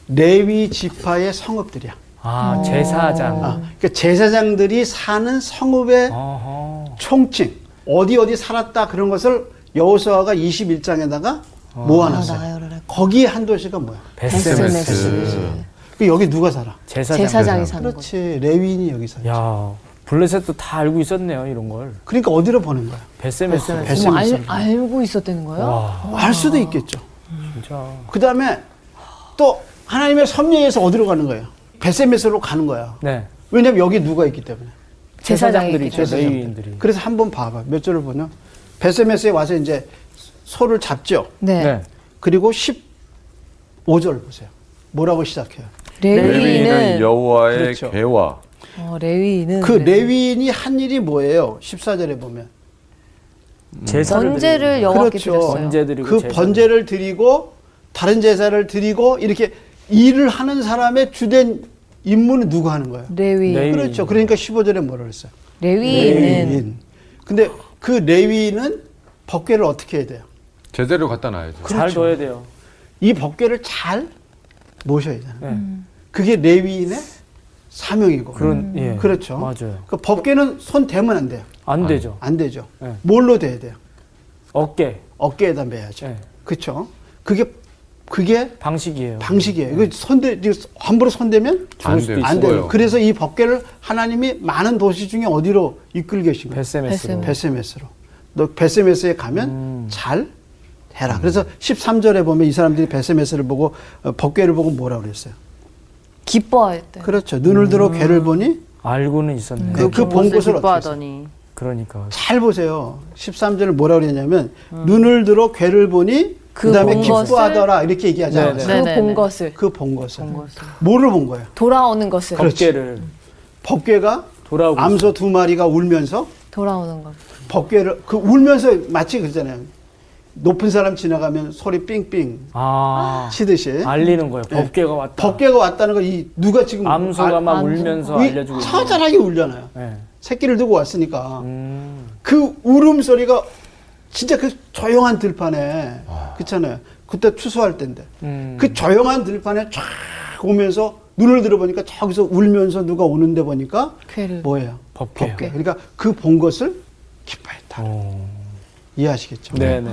Speaker 3: 레위 지파의 성읍들이야.
Speaker 4: 아, 제사장.
Speaker 3: 아, 그러니까 제사장들이 사는 성읍의
Speaker 4: 어허.
Speaker 3: 총칭 어디 어디 살았다 그런 것을 여호수아가 21장에다가 모아놨어요.
Speaker 1: 나열을 했고
Speaker 3: 거기에 한 도시가 뭐야?
Speaker 4: 베세메스.
Speaker 1: 베스메스.
Speaker 3: 그 여기 누가 살아?
Speaker 4: 제사장.
Speaker 1: 제사장이 사는 거죠.
Speaker 3: 그렇지 레위인이 여기 살아.
Speaker 4: 야, 블레셋도 다 알고 있었네요, 이런 걸.
Speaker 3: 그러니까 어디로 보낸 거야?
Speaker 4: 베세메스.
Speaker 3: 베세메스.
Speaker 1: 어머, 알, 알고 있었다는 거예요?
Speaker 4: 와,
Speaker 3: 알 수도 있겠죠.
Speaker 4: 진짜.
Speaker 3: 그 다음에 또 하나님의 섭리에서 어디로 가는 거예요? 베세메스로 가는 거야.
Speaker 4: 네.
Speaker 3: 왜냐면 여기 누가 있기 때문에.
Speaker 1: 제사장들이
Speaker 4: 제사장들이죠, 네, 레위인들이.
Speaker 3: 그래서 한번 봐봐. 몇 절을 보면 베세메스에 와서 이제 소를 잡죠.
Speaker 1: 네.
Speaker 4: 네.
Speaker 3: 그리고 15절 보세요. 뭐라고 시작해요?
Speaker 1: 네.
Speaker 2: 레위인은 여호와의
Speaker 3: 그렇죠.
Speaker 2: 괴와
Speaker 6: 어, 레위는.
Speaker 3: 그 레위인이 한 일이 뭐예요? 14절에 보면.
Speaker 4: 제사를
Speaker 1: 번제를 여호와께 드렸어요.
Speaker 4: 번제 드리고
Speaker 3: 그
Speaker 4: 제사를.
Speaker 3: 번제를 드리고 다른 제사를 드리고 이렇게 일을 하는 사람의 주된 임무는 누구 하는 거예요?
Speaker 6: 레위.
Speaker 4: 레위.
Speaker 3: 그렇죠. 그러니까 15절에 뭐라 그랬어요?
Speaker 6: 레위는.
Speaker 3: 레위인. 근데 그 레위인은 법궤를 어떻게 해야 돼요?
Speaker 2: 제대로 갖다 놔야죠.
Speaker 4: 잘 둬야 돼요.
Speaker 3: 이 법궤를 잘 모셔야 되는
Speaker 4: 네.
Speaker 3: 거예요. 그게 레위인의 사명이고.
Speaker 4: 그런
Speaker 2: 음.
Speaker 4: 예.
Speaker 3: 그렇죠.
Speaker 4: 맞아요.
Speaker 3: 그 법궤는 손 대면 안 돼요.
Speaker 4: 안 되죠.
Speaker 3: 안 되죠.
Speaker 4: 네.
Speaker 3: 뭘로 대야 돼요?
Speaker 4: 어깨
Speaker 3: 어깨에다 매야죠.
Speaker 4: 네.
Speaker 3: 그렇죠. 그게 그게
Speaker 4: 방식이에요. 예.
Speaker 3: 방식이에요. 이거 손대 이거 함부로 손대면
Speaker 2: 안 돼요.
Speaker 3: 안 돼요.
Speaker 2: 죽어요.
Speaker 3: 그래서 이 법궤를 하나님이 많은 도시 중에 어디로 이끌 계신 거예요?
Speaker 4: 베세메스.
Speaker 3: 베스메스로. 너 베스메스에 가면
Speaker 4: 음.
Speaker 3: 잘 해라. 그래서 13절에 보면 이 사람들이 베스메스를 보고 어, 법궤를 보고 뭐라 그랬어요?
Speaker 2: 네.
Speaker 1: 기뻐했대.
Speaker 3: 그렇죠. 눈을
Speaker 4: 음.
Speaker 3: 들어 괴를 보니
Speaker 4: 알고는 있었네.
Speaker 3: 그- 그 본 곳을 어떻게 했어요?
Speaker 6: 기뻐하더니.
Speaker 4: 그러니까
Speaker 3: 잘 보세요. 13절을 뭐라 그랬냐면 눈을 들어 괴를 보니
Speaker 1: 그
Speaker 3: 그 다음에
Speaker 1: 본 것을-
Speaker 3: 기뻐하더라 이렇게 얘기하지
Speaker 4: 네네.
Speaker 3: 않았어요.
Speaker 1: 그
Speaker 6: 네네네.
Speaker 1: 본 것을
Speaker 3: 그 본 것을.
Speaker 6: 본 것을.
Speaker 3: 뭐를 본 거예요?
Speaker 1: 돌아오는 것을
Speaker 4: 어깨를
Speaker 3: 법궤가
Speaker 4: 돌아오고
Speaker 3: 암소 두 마리가 울면서
Speaker 5: 돌아오는 겁니다.
Speaker 3: 법궤를 그 울면서 마치 그러잖아요. 높은 사람 지나가면 소리 삥삥
Speaker 4: 아,
Speaker 3: 치듯이
Speaker 4: 알리는 거예요.
Speaker 3: 예.
Speaker 4: 법계가 왔다.
Speaker 3: 법궤가 왔다는 걸 이 누가 지금
Speaker 4: 음. 암소가
Speaker 3: 아-
Speaker 4: 막
Speaker 5: 암소.
Speaker 4: 울면서
Speaker 3: 이-
Speaker 4: 알려주고 있는 거예요.
Speaker 3: 처절하게 울잖아요.
Speaker 4: 예.
Speaker 3: 새끼를 두고 왔으니까
Speaker 4: 음.
Speaker 3: 그 울음 소리가 진짜 그 조용한 들판에 그렇잖아요. 그때 추수할 때인데
Speaker 4: 음.
Speaker 3: 그 조용한 들판에 쫙 오면서 눈을 들어보니까 저기서 울면서 누가 오는데 보니까
Speaker 5: 괴를.
Speaker 3: 뭐예요?
Speaker 4: 법궤요.
Speaker 3: 법궤. 그러니까 그 본 것을 기뻐했다.
Speaker 4: 어.
Speaker 3: 이해하시겠죠?
Speaker 4: 네네.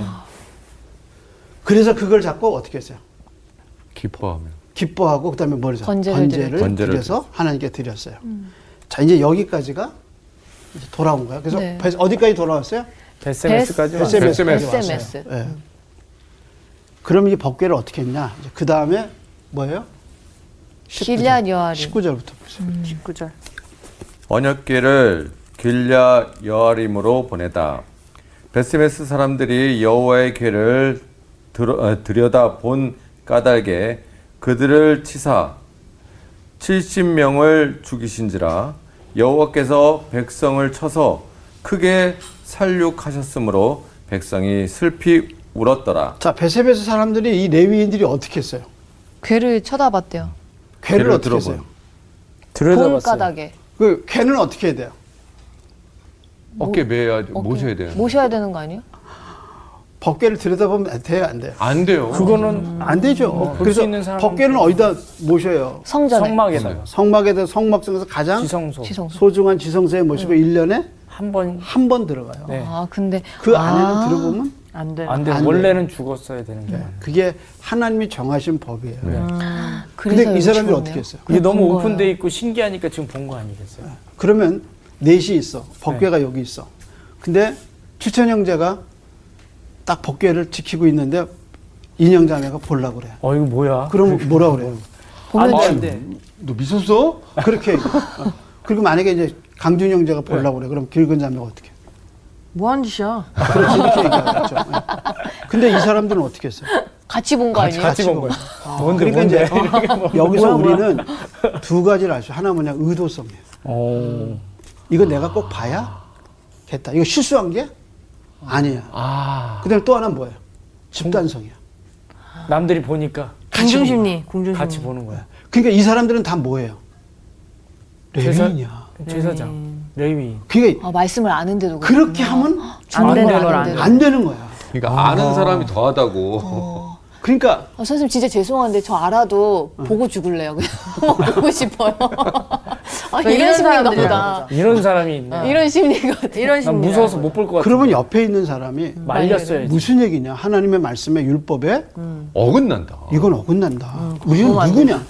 Speaker 3: 그래서 그걸 자꾸 어떻게 했어요?
Speaker 2: 기뻐하며.
Speaker 3: 기뻐하고 그다음에 뭐를 해서
Speaker 5: 번제를 음.
Speaker 3: 번제를,
Speaker 2: 드렸죠.
Speaker 3: 드려서 하나님께 드렸어요. 자 이제 여기까지가 이제 돌아온 거야. 그래서
Speaker 5: 네.
Speaker 3: 벌써 어디까지 돌아왔어요?
Speaker 4: SMS까지
Speaker 5: 베스-
Speaker 4: 왔어요.
Speaker 2: SMS.
Speaker 5: SMS.
Speaker 3: 예. 그럼 이제 법궤를 어떻게 했냐? 그 다음에 뭐예요?
Speaker 5: 길리앗 여아림.
Speaker 3: 19절부터 보세요.
Speaker 4: 음.
Speaker 6: 19절.
Speaker 2: 언약궤를 길랴 여아림으로 보내다. 베스메스 사람들이 여호와의 궤를 어, 들여, 다본 까닭에 그들을 치사 70명을 죽이신지라 여호와께서 백성을 쳐서 크게 살육하셨으므로 백성이 슬피 울었더라.
Speaker 3: 자 베세베스 사람들이 이 레위인들이 어떻게 했어요?
Speaker 5: 괴를 쳐다봤대요.
Speaker 3: 괴를
Speaker 2: 궤를
Speaker 3: 어떻게
Speaker 2: 들어본.
Speaker 3: 했어요?
Speaker 5: 본
Speaker 4: 들여다봤어요.
Speaker 5: 까닭에.
Speaker 3: 그 괴는 어떻게 해야 돼요?
Speaker 2: 어깨 매야 모셔야 돼요.
Speaker 5: 그 모셔야 되는 거 아니에요?
Speaker 3: 법궤를 들여다보면 돼요, 안 돼요?
Speaker 2: 안 돼요.
Speaker 4: 그거는
Speaker 3: 안 되죠.
Speaker 4: 음. 볼수
Speaker 3: 그래서
Speaker 4: 있는 사람은
Speaker 3: 법궤는 어디다 모셔요?
Speaker 5: 성전에.
Speaker 4: 성막에다가
Speaker 3: 성막에다 성막 중에서 가장
Speaker 4: 음. 지성소
Speaker 5: 지성소.
Speaker 3: 소중한 지성소에 모시고 일년에
Speaker 4: 한번
Speaker 3: 한 번 들어가요.
Speaker 4: 네.
Speaker 5: 아, 근데
Speaker 3: 그
Speaker 5: 아,
Speaker 3: 안에는 들어보면
Speaker 6: 안 돼.
Speaker 4: 안 돼. 음.
Speaker 3: 안 돼요.
Speaker 4: 원래는 죽었어야 되는 게. 맞아요.
Speaker 3: 그게 하나님이 정하신 법이에요.
Speaker 4: 네.
Speaker 5: 음. 그래서
Speaker 3: 근데 이 사람들이
Speaker 5: 여기 죽었네요.
Speaker 3: 어떻게 했어요?
Speaker 4: 이게 너무
Speaker 5: 거예요.
Speaker 4: 오픈돼 있고 신기하니까 지금 본 거 아니겠어요?
Speaker 3: 그러면 넷이 있어. 법궤가 여기 있어. 근데 추천 형제가 딱 법궤를 지키고 있는데 인형 자매가 보려고 그래.
Speaker 4: 어 이거 뭐야?
Speaker 3: 그럼 뭐라 그래요?
Speaker 4: 안
Speaker 5: 보면
Speaker 3: 아,
Speaker 4: 돼,
Speaker 5: 돼.
Speaker 4: 안 돼.
Speaker 2: 너 미쳤어?
Speaker 3: 그렇게 얘기해. 어. 그리고 만약에 이제 강준 형제가 보려고 그래. 그럼 길근 자매가 어떻게? 해?
Speaker 6: 뭐하는 짓이야?
Speaker 4: 아,
Speaker 3: 그렇지 이렇게 얘기하겠죠. 예. 근데 이 사람들은 어떻게 했어요?
Speaker 5: 같이 본 거 아니에요?
Speaker 4: 같이 본 거야. 뭔데
Speaker 3: 그러니까
Speaker 4: 뭔데?
Speaker 3: 이제 여기서 우리는 두 가지를 아셔. 하나 뭐냐 의도성이에요.
Speaker 4: 어. 오.
Speaker 3: 이거 내가 꼭 봐야 겠다. 이거 실수한 게 아니야.
Speaker 4: 아
Speaker 3: 그다음에 또 하나 는 뭐예요? 집단성이야.
Speaker 4: 남들이 보니까
Speaker 6: 궁중심리, 궁중심리.
Speaker 4: 같이 보는 거야.
Speaker 3: 그러니까 이 사람들은 다 뭐예요?
Speaker 4: 제사-
Speaker 3: 레위냐.
Speaker 4: 제사장 레위.
Speaker 3: 그게
Speaker 5: 아, 말씀을 아는데도
Speaker 3: 그렇게 하면
Speaker 6: 안 되는 걸
Speaker 5: 안
Speaker 6: 안
Speaker 5: 돼.
Speaker 6: 돼.
Speaker 3: 안 되는 거야.
Speaker 2: 그러니까 아는 사람이 더하다고.
Speaker 3: 그러니까
Speaker 5: 어, 선생님 진짜 죄송한데 저 알아도 보고 죽을래요. 그냥 보고 싶어요. 아,
Speaker 6: 이런
Speaker 5: 이런 심리인가
Speaker 6: 사람들이야,
Speaker 5: 보다.
Speaker 4: 이런 사람이
Speaker 1: 아.
Speaker 4: 있네.
Speaker 5: 이런 심리인 것 같아요.
Speaker 6: 이런
Speaker 4: 난
Speaker 6: 심리.
Speaker 4: 무서워서 못 볼 것 같아.
Speaker 3: 그러면 옆에 있는 사람이
Speaker 4: 말렸어야지.
Speaker 3: 무슨 얘기냐? 하나님의 말씀에 율법에
Speaker 2: 어긋난다.
Speaker 3: 이건 어긋난다. 우리는 누구냐?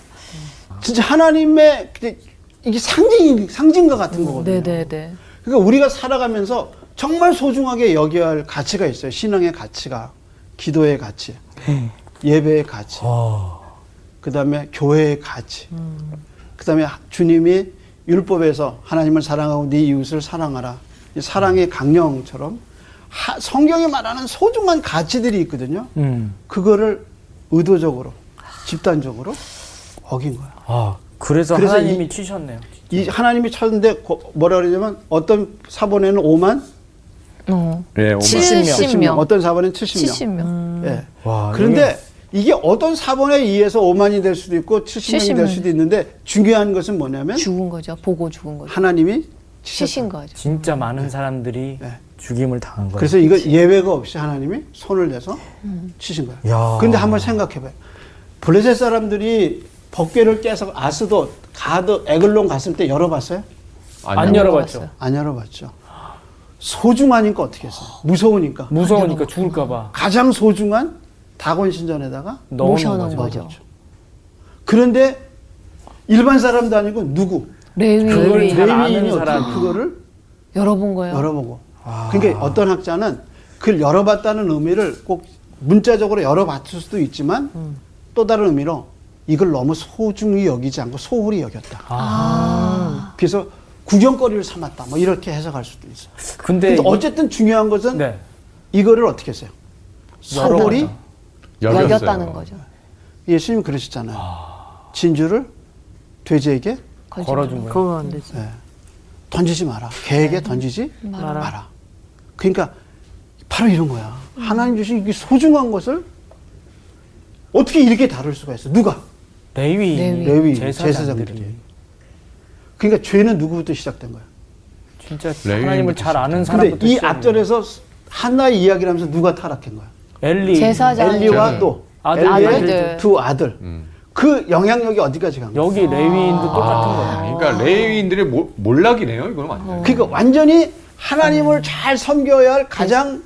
Speaker 3: 진짜 하나님의 근데 이게 상징 상징과 같은 거거든요.
Speaker 5: 네네네.
Speaker 3: 그러니까 우리가 살아가면서 정말 소중하게 여겨야 할 가치가 있어요. 신앙의 가치가, 기도의 가치, 예배의 가치,
Speaker 4: 음.
Speaker 3: 그다음에 교회의 가치, 그다음에 주님이 율법에서 하나님을 사랑하고 네 이웃을 사랑하라. 이 사랑의 강령처럼 하- 성경이 말하는 소중한 가치들이 있거든요.
Speaker 4: 음.
Speaker 3: 그거를 의도적으로, 집단적으로 어긴 거야.
Speaker 4: 아 그래서,
Speaker 3: 그래서
Speaker 4: 하나님이
Speaker 3: 이-
Speaker 4: 치셨네요.
Speaker 3: 이 하나님이 찾는데 고- 뭐라 그러냐면 어떤 사본에는 5만
Speaker 5: 어.
Speaker 2: 예, 오만.
Speaker 5: 70 명.
Speaker 3: 어떤 사본은
Speaker 5: 70명.
Speaker 3: 70명. 예.
Speaker 4: 와,
Speaker 3: 그런데 이게 어떤 사본에 의해서 5만이 될 수도 있고 70명이
Speaker 5: 70명.
Speaker 3: 될 수도 있는데 중요한 것은 뭐냐면
Speaker 5: 죽은 거죠. 보고 죽은 거죠.
Speaker 3: 하나님이 치신
Speaker 5: 치신 거죠.
Speaker 4: 진짜 많은 사람들이
Speaker 3: 네.
Speaker 4: 죽임을 당한 거예요.
Speaker 3: 그래서 이거 예외가 없이 하나님이 손을 내서 치신 거예요.
Speaker 4: 야.
Speaker 3: 그런데 한번 생각해봐요. 블레셋 사람들이 법궤를 깨서 아스도 가드 에글론 갔을 때 열어봤어요?
Speaker 4: 안 열어봤죠.
Speaker 5: 열어봤어요.
Speaker 3: 안 열어봤죠. 소중하니까 어떻게 했어요? 무서우니까.
Speaker 4: 무서우니까 죽을까봐
Speaker 3: 가장 소중한 다곤 신전에다가
Speaker 4: 넣어놓은
Speaker 5: 모셔놓은
Speaker 4: 거죠.
Speaker 5: 거죠.
Speaker 3: 그런데 일반 사람도 아니고 누구
Speaker 4: 그걸
Speaker 5: 레위
Speaker 4: 예. 잘 아는
Speaker 3: 레위인이 어떻게
Speaker 4: 사람이. 아.
Speaker 3: 그거를
Speaker 5: 열어본 거예요.
Speaker 3: 열어보고 그러니까 어떤 학자는 그걸 열어봤다는 의미를 꼭 문자적으로 열어봤을 수도 있지만
Speaker 4: 음.
Speaker 3: 또 다른 의미로 이걸 너무 소중히 여기지 않고 소홀히 여겼다
Speaker 4: 아.
Speaker 3: 그래서 구경거리를 삼았다 뭐 이렇게 해석할 수도 있어요
Speaker 4: 근데
Speaker 3: 근데
Speaker 4: 네, 이-
Speaker 3: 어쨌든 중요한 것은
Speaker 4: 네.
Speaker 3: 이거를 어떻게 했어요 소홀히
Speaker 2: 열렸어요.
Speaker 4: 열어봤다.
Speaker 5: 여겼다는 거죠.
Speaker 3: 예수님 그러셨잖아요 진주를 돼지에게
Speaker 5: 거짓말. 그렇죠.
Speaker 4: 걸어준 네. 거예요.
Speaker 6: 그러면 안 되지.
Speaker 3: 예. 던지지 마라.
Speaker 4: 네.
Speaker 3: 개에게 던지지 마라. 그러니까 바로 이런 거야.
Speaker 4: 음.
Speaker 3: 하나님 주신 이 소중한 것을 어떻게 이렇게 다룰 수가 있어? 누가?
Speaker 4: 레위,
Speaker 3: 레위
Speaker 4: 네. 제사장들이
Speaker 3: 제사장들이. 그러니까 죄는 누구부터 시작된 거야?
Speaker 4: 진짜
Speaker 2: 레위인부터
Speaker 4: 하나님을 잘 아는 사람부터
Speaker 3: 근데 이
Speaker 4: 시작해요.
Speaker 3: 앞절에서 하나의 이야기를 하면서 누가 타락한 거야?
Speaker 4: 엘리
Speaker 1: 제사장.
Speaker 3: 엘리와
Speaker 2: 제사장.
Speaker 3: 또
Speaker 4: 아들,
Speaker 3: 엘리의
Speaker 1: 아들.
Speaker 3: 두 아들. 그 영향력이 어디까지 간 거야?
Speaker 4: 여기 레위인도
Speaker 3: 아.
Speaker 4: 똑같은 거예요.
Speaker 2: 그러니까 레이인들의 모- 몰락이네요. 이거는 완전.
Speaker 3: 그러니까 완전히 하나님을 잘 섬겨야 할 가장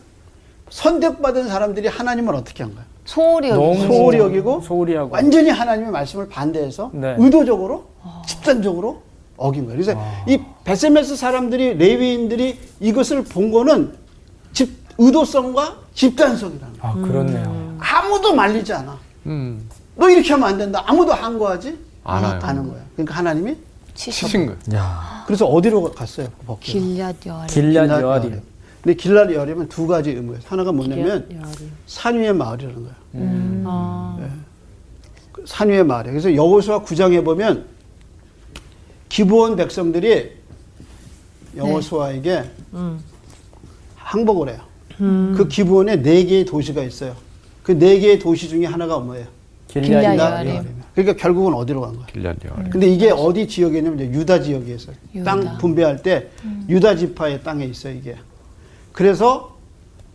Speaker 3: 선택받은 사람들이 하나님을 어떻게 한 거야?
Speaker 1: 소홀히
Speaker 4: 너무
Speaker 1: 여기고
Speaker 3: 소홀히 여기고
Speaker 4: 소홀히 하고.
Speaker 3: 완전히 하나님의 말씀을 반대해서
Speaker 4: 네.
Speaker 3: 의도적으로 집단적으로 어긴 거예요. 그래서
Speaker 4: 아.
Speaker 3: 이 베세메스 사람들이 레위인들이 이것을 본 거는 집 의도성과 집단성이라는 거야.
Speaker 4: 아 그렇네요.
Speaker 3: 아무도 말리지 않아.
Speaker 2: 음.
Speaker 3: 너 이렇게 하면 안 된다. 아무도 항거하지
Speaker 2: 안 해요.
Speaker 3: 않은 거야. 그러니까 하나님이
Speaker 2: 치신 거예요.
Speaker 4: 야
Speaker 3: 그래서 어디로 갔어요? 그 벗기가?
Speaker 1: 길랏 여아
Speaker 4: 길란
Speaker 3: 길랄
Speaker 4: 여아리.
Speaker 3: 여아림. 근데 길랄 여아림은 두 가지 의무예요. 하나가 뭐냐면 산 위의 마을이라는 거예요.
Speaker 4: 아.
Speaker 3: 예. 산 위의 마을이에요. 그래서 여호수아 9장에 보면 기브온 백성들이 여호수아에게
Speaker 4: 네. 음.
Speaker 3: 항복을 해요. 그 기브온에 네 개의 도시가 있어요. 그 네 개의 도시 중에 하나가 뭐예요?
Speaker 4: 길란
Speaker 1: 길랄
Speaker 4: 여아리.
Speaker 1: 여아림.
Speaker 3: 여아림이에요. 그러니까 결국은 어디로 간 거예요?
Speaker 2: 길란 여아리.
Speaker 3: 근데 이게 어디 지역이냐면 이제 유다 지역에서
Speaker 1: 유다.
Speaker 3: 땅 분배할 때 유다 지파의 땅에 있어 요 이게. 그래서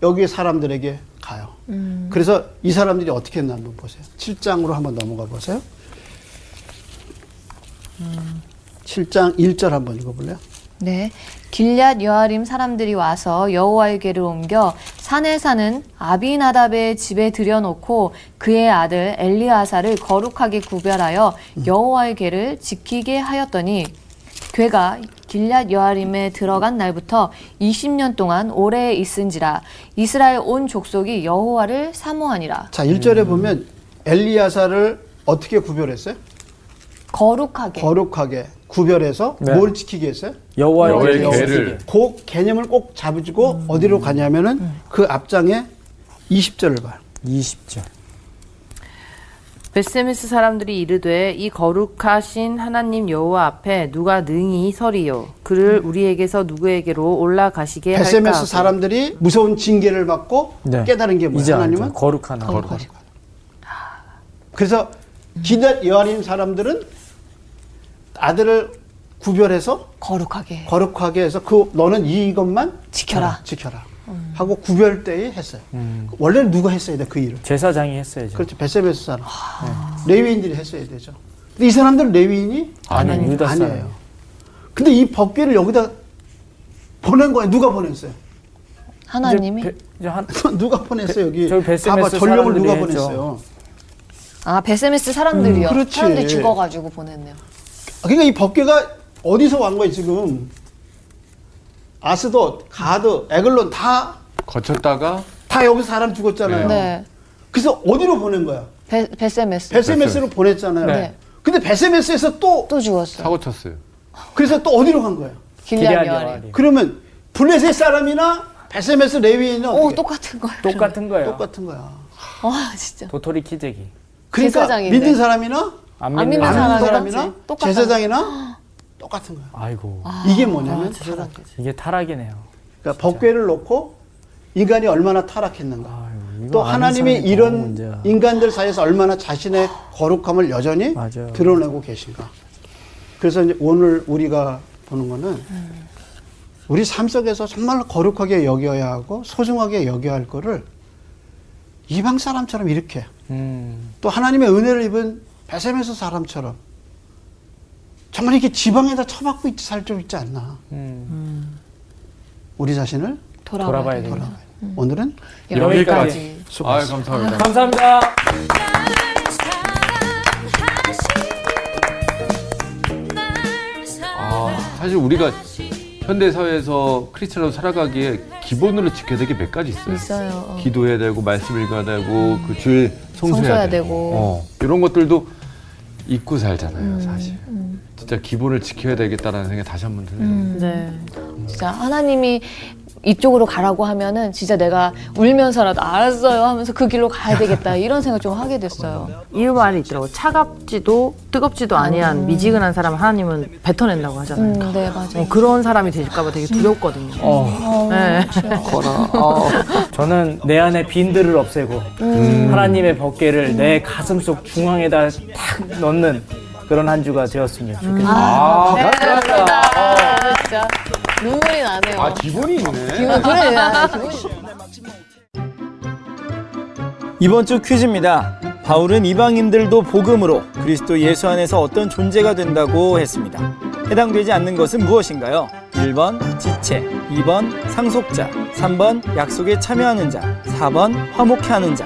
Speaker 3: 여기 사람들에게 가요.
Speaker 1: 음.
Speaker 3: 그래서 이 사람들이 어떻게 했나 한번 보세요. 7장으로 한번 넘어가 보세요. 7장 1절 한번 읽어볼래요?
Speaker 1: 네. 길랏 여아림 사람들이 와서 여호와에게를 옮겨 산에 사는 아비나답의 집에 들여놓고 그의 아들 엘리아사를 거룩하게 구별하여
Speaker 3: 음.
Speaker 1: 여호와에게를 지키게 하였더니 괴가 길랏 여아림에 들어간 날부터 20년 동안 오래 있은지라 이스라엘 온 족속이 여호와를 사모하니라
Speaker 3: 자 1절에 보면 엘리야사를 어떻게 구별했어요?
Speaker 1: 거룩하게
Speaker 3: 거룩하게 구별해서
Speaker 4: 네.
Speaker 3: 뭘 지키게 했어요?
Speaker 4: 여호와의
Speaker 2: 여호와의
Speaker 4: 를
Speaker 2: 괴를.
Speaker 3: 그 개념을 꼭 잡아주고 어디로
Speaker 1: 음.
Speaker 3: 가냐면은 그 앞장에 20절을 봐요.
Speaker 4: 20절.
Speaker 6: 베세메스 사람들이 이르되 이 거룩하신 하나님 여호와 앞에 누가 능히 서리요 그를 우리에게서 누구에게로
Speaker 1: 예,
Speaker 6: 올라가시게
Speaker 1: 그러니까
Speaker 6: 할까
Speaker 3: 베세메스
Speaker 6: 하고.
Speaker 3: 사람들이 무서운 징계를 받고 네. 깨달은 게 뭐예요?
Speaker 4: 네. 이제 알죠.
Speaker 3: 하나님은
Speaker 4: 거룩한 하나님.
Speaker 3: 그래서 기닷 여아림 사람들은 아들을 구별해서
Speaker 1: 거룩하게
Speaker 3: 거룩하게 해서 그 너는 이것만 어,
Speaker 1: 지켜라. 음.
Speaker 3: 지켜라 하고 구별대에 했어요.
Speaker 4: 음.
Speaker 3: 원래 는 누가 했어야 돼 그 일을?
Speaker 4: 제사장이 했어야죠.
Speaker 3: 그렇죠. 베세메스 사람
Speaker 1: 아.
Speaker 3: 네. 레위인들이 했어야 되죠. 근데 이 사람들은 레위인이
Speaker 4: 아니, 유다 사람.
Speaker 3: 아니에요. 근데 이 법궤를 여기다 보낸 거예요. 누가 보냈어요?
Speaker 1: 하나님이
Speaker 4: 이제 배- 이제 한-
Speaker 3: 누가 보냈어요 여기?
Speaker 4: 저기 베세메스
Speaker 3: 봐봐 전력을
Speaker 4: 사람들이
Speaker 3: 누가
Speaker 4: 했죠.
Speaker 3: 보냈어요?
Speaker 1: 아 베세메스 사람들이요
Speaker 3: 음, 그렇지.
Speaker 1: 사람들이 죽어가지고 보냈네요
Speaker 3: 아, 그러니까 이 법궤가 어디서 온 거예요 지금? 아스돗, 가드, 에글론 다,
Speaker 2: 거쳤다가
Speaker 3: 다 여기 사람 죽었잖아요.
Speaker 1: 네.
Speaker 3: 그래서 어디로 보낸 거야?
Speaker 1: 베, 베세메스
Speaker 3: 베세메스로 보냈잖아요.
Speaker 1: 네.
Speaker 3: 근데 베세메스에서 또,
Speaker 1: 또 죽었어요.
Speaker 2: 사고 쳤어요.
Speaker 3: 그래서 또 어디로 간 거야?
Speaker 1: 길리안
Speaker 4: 기레아리
Speaker 1: 여아리.
Speaker 4: 여아리.
Speaker 3: 그러면 블레셋 사람이나 베세메스 레위인은
Speaker 1: 오
Speaker 3: 어떻게?
Speaker 1: 똑같은 거예요.
Speaker 4: 똑같은 거예요.
Speaker 3: 똑같은 거야.
Speaker 1: 와 진짜.
Speaker 4: 도토리 키재기.
Speaker 3: 그러니까
Speaker 1: 제사장인데.
Speaker 3: 믿는 사람이나
Speaker 4: 안
Speaker 1: 안
Speaker 4: 믿는
Speaker 1: 믿는
Speaker 4: 사람.
Speaker 3: 아는
Speaker 1: 사람이랑
Speaker 3: 사람이나
Speaker 1: 똑같아.
Speaker 3: 제사장이나 똑같은 거야.
Speaker 4: 아이고
Speaker 3: 이게 뭐냐면
Speaker 4: 이게 타락이네요.
Speaker 3: 그러니까 법궤를 놓고 인간이 얼마나 타락했는가.
Speaker 4: 아이고, 이거
Speaker 3: 또
Speaker 4: 아는
Speaker 3: 하나님이
Speaker 4: 사람이 너무
Speaker 3: 이런
Speaker 4: 문제야.
Speaker 3: 인간들 사이에서 얼마나 자신의 거룩함을 여전히
Speaker 4: 맞아요.
Speaker 3: 드러내고 계신가. 그래서 이제 오늘 우리가 보는 거는 우리 삶 속에서 정말 거룩하게 여겨야 하고 소중하게 여겨야 할 거를 이방 사람처럼 이렇게
Speaker 4: 음,
Speaker 3: 또 하나님의 은혜를 입은 베세메스 사람처럼 정말 이렇게 지방에다 처박고 살 줄 있지 않나.
Speaker 4: 음.
Speaker 3: 우리 자신을
Speaker 4: 돌아봐야
Speaker 1: 돼요.
Speaker 4: 되나.
Speaker 3: 오늘은
Speaker 4: 여기까지.
Speaker 2: 아 감사합니다.
Speaker 4: 감사합니다.
Speaker 2: 아, 사실 우리가 현대 사회에서 크리스천으로 살아가기에 기본으로 지켜야 될 게 몇 가지 있어요.
Speaker 1: 있어요. 어.
Speaker 2: 기도해야 되고 말씀 읽어야 되고 그 주일
Speaker 1: 성수해야
Speaker 2: 성수해야 되고, 음,
Speaker 1: 되고.
Speaker 2: 어, 이런 것들도 잊고 살잖아요, 사실. 음. 진짜 기본을 지켜야 되겠다라는 생각이 다시 한 번 드네요.
Speaker 6: 네.
Speaker 1: 진짜 하나님이 이쪽으로 가라고 하면은 진짜 내가 울면서라도 알았어요 하면서 그 길로 가야 되겠다 이런 생각 좀 하게 됐어요.
Speaker 6: 이 말이 있더라고. 차갑지도 뜨겁지도 아니한 미지근한 사람 하나님은 뱉어낸다고 하잖아요.
Speaker 1: 음, 네 맞아요.
Speaker 6: 어, 그런 사람이 될까봐 되게 두렵거든요.
Speaker 4: 어,
Speaker 6: 네.
Speaker 7: 저는 내 안에 빈들을 없애고
Speaker 4: 음.
Speaker 7: 하나님의 벗개를 내 가슴 속 중앙에다 탁 넣는 그런 한 주가 되었으면 좋겠습니다.
Speaker 2: 아,
Speaker 1: 아, 진짜 눈물이 나네요.
Speaker 2: 아 기본이 있네.
Speaker 1: 기분 그래.
Speaker 7: 이번 주 퀴즈입니다. 바울은 이방인들도 복음으로 그리스도 예수 안에서 어떤 존재가 된다고 했습니다. 해당되지 않는 것은 무엇인가요? 1번 지체, 2번 상속자, 3번 약속에 참여하는 자, 4번 화목해 하는 자.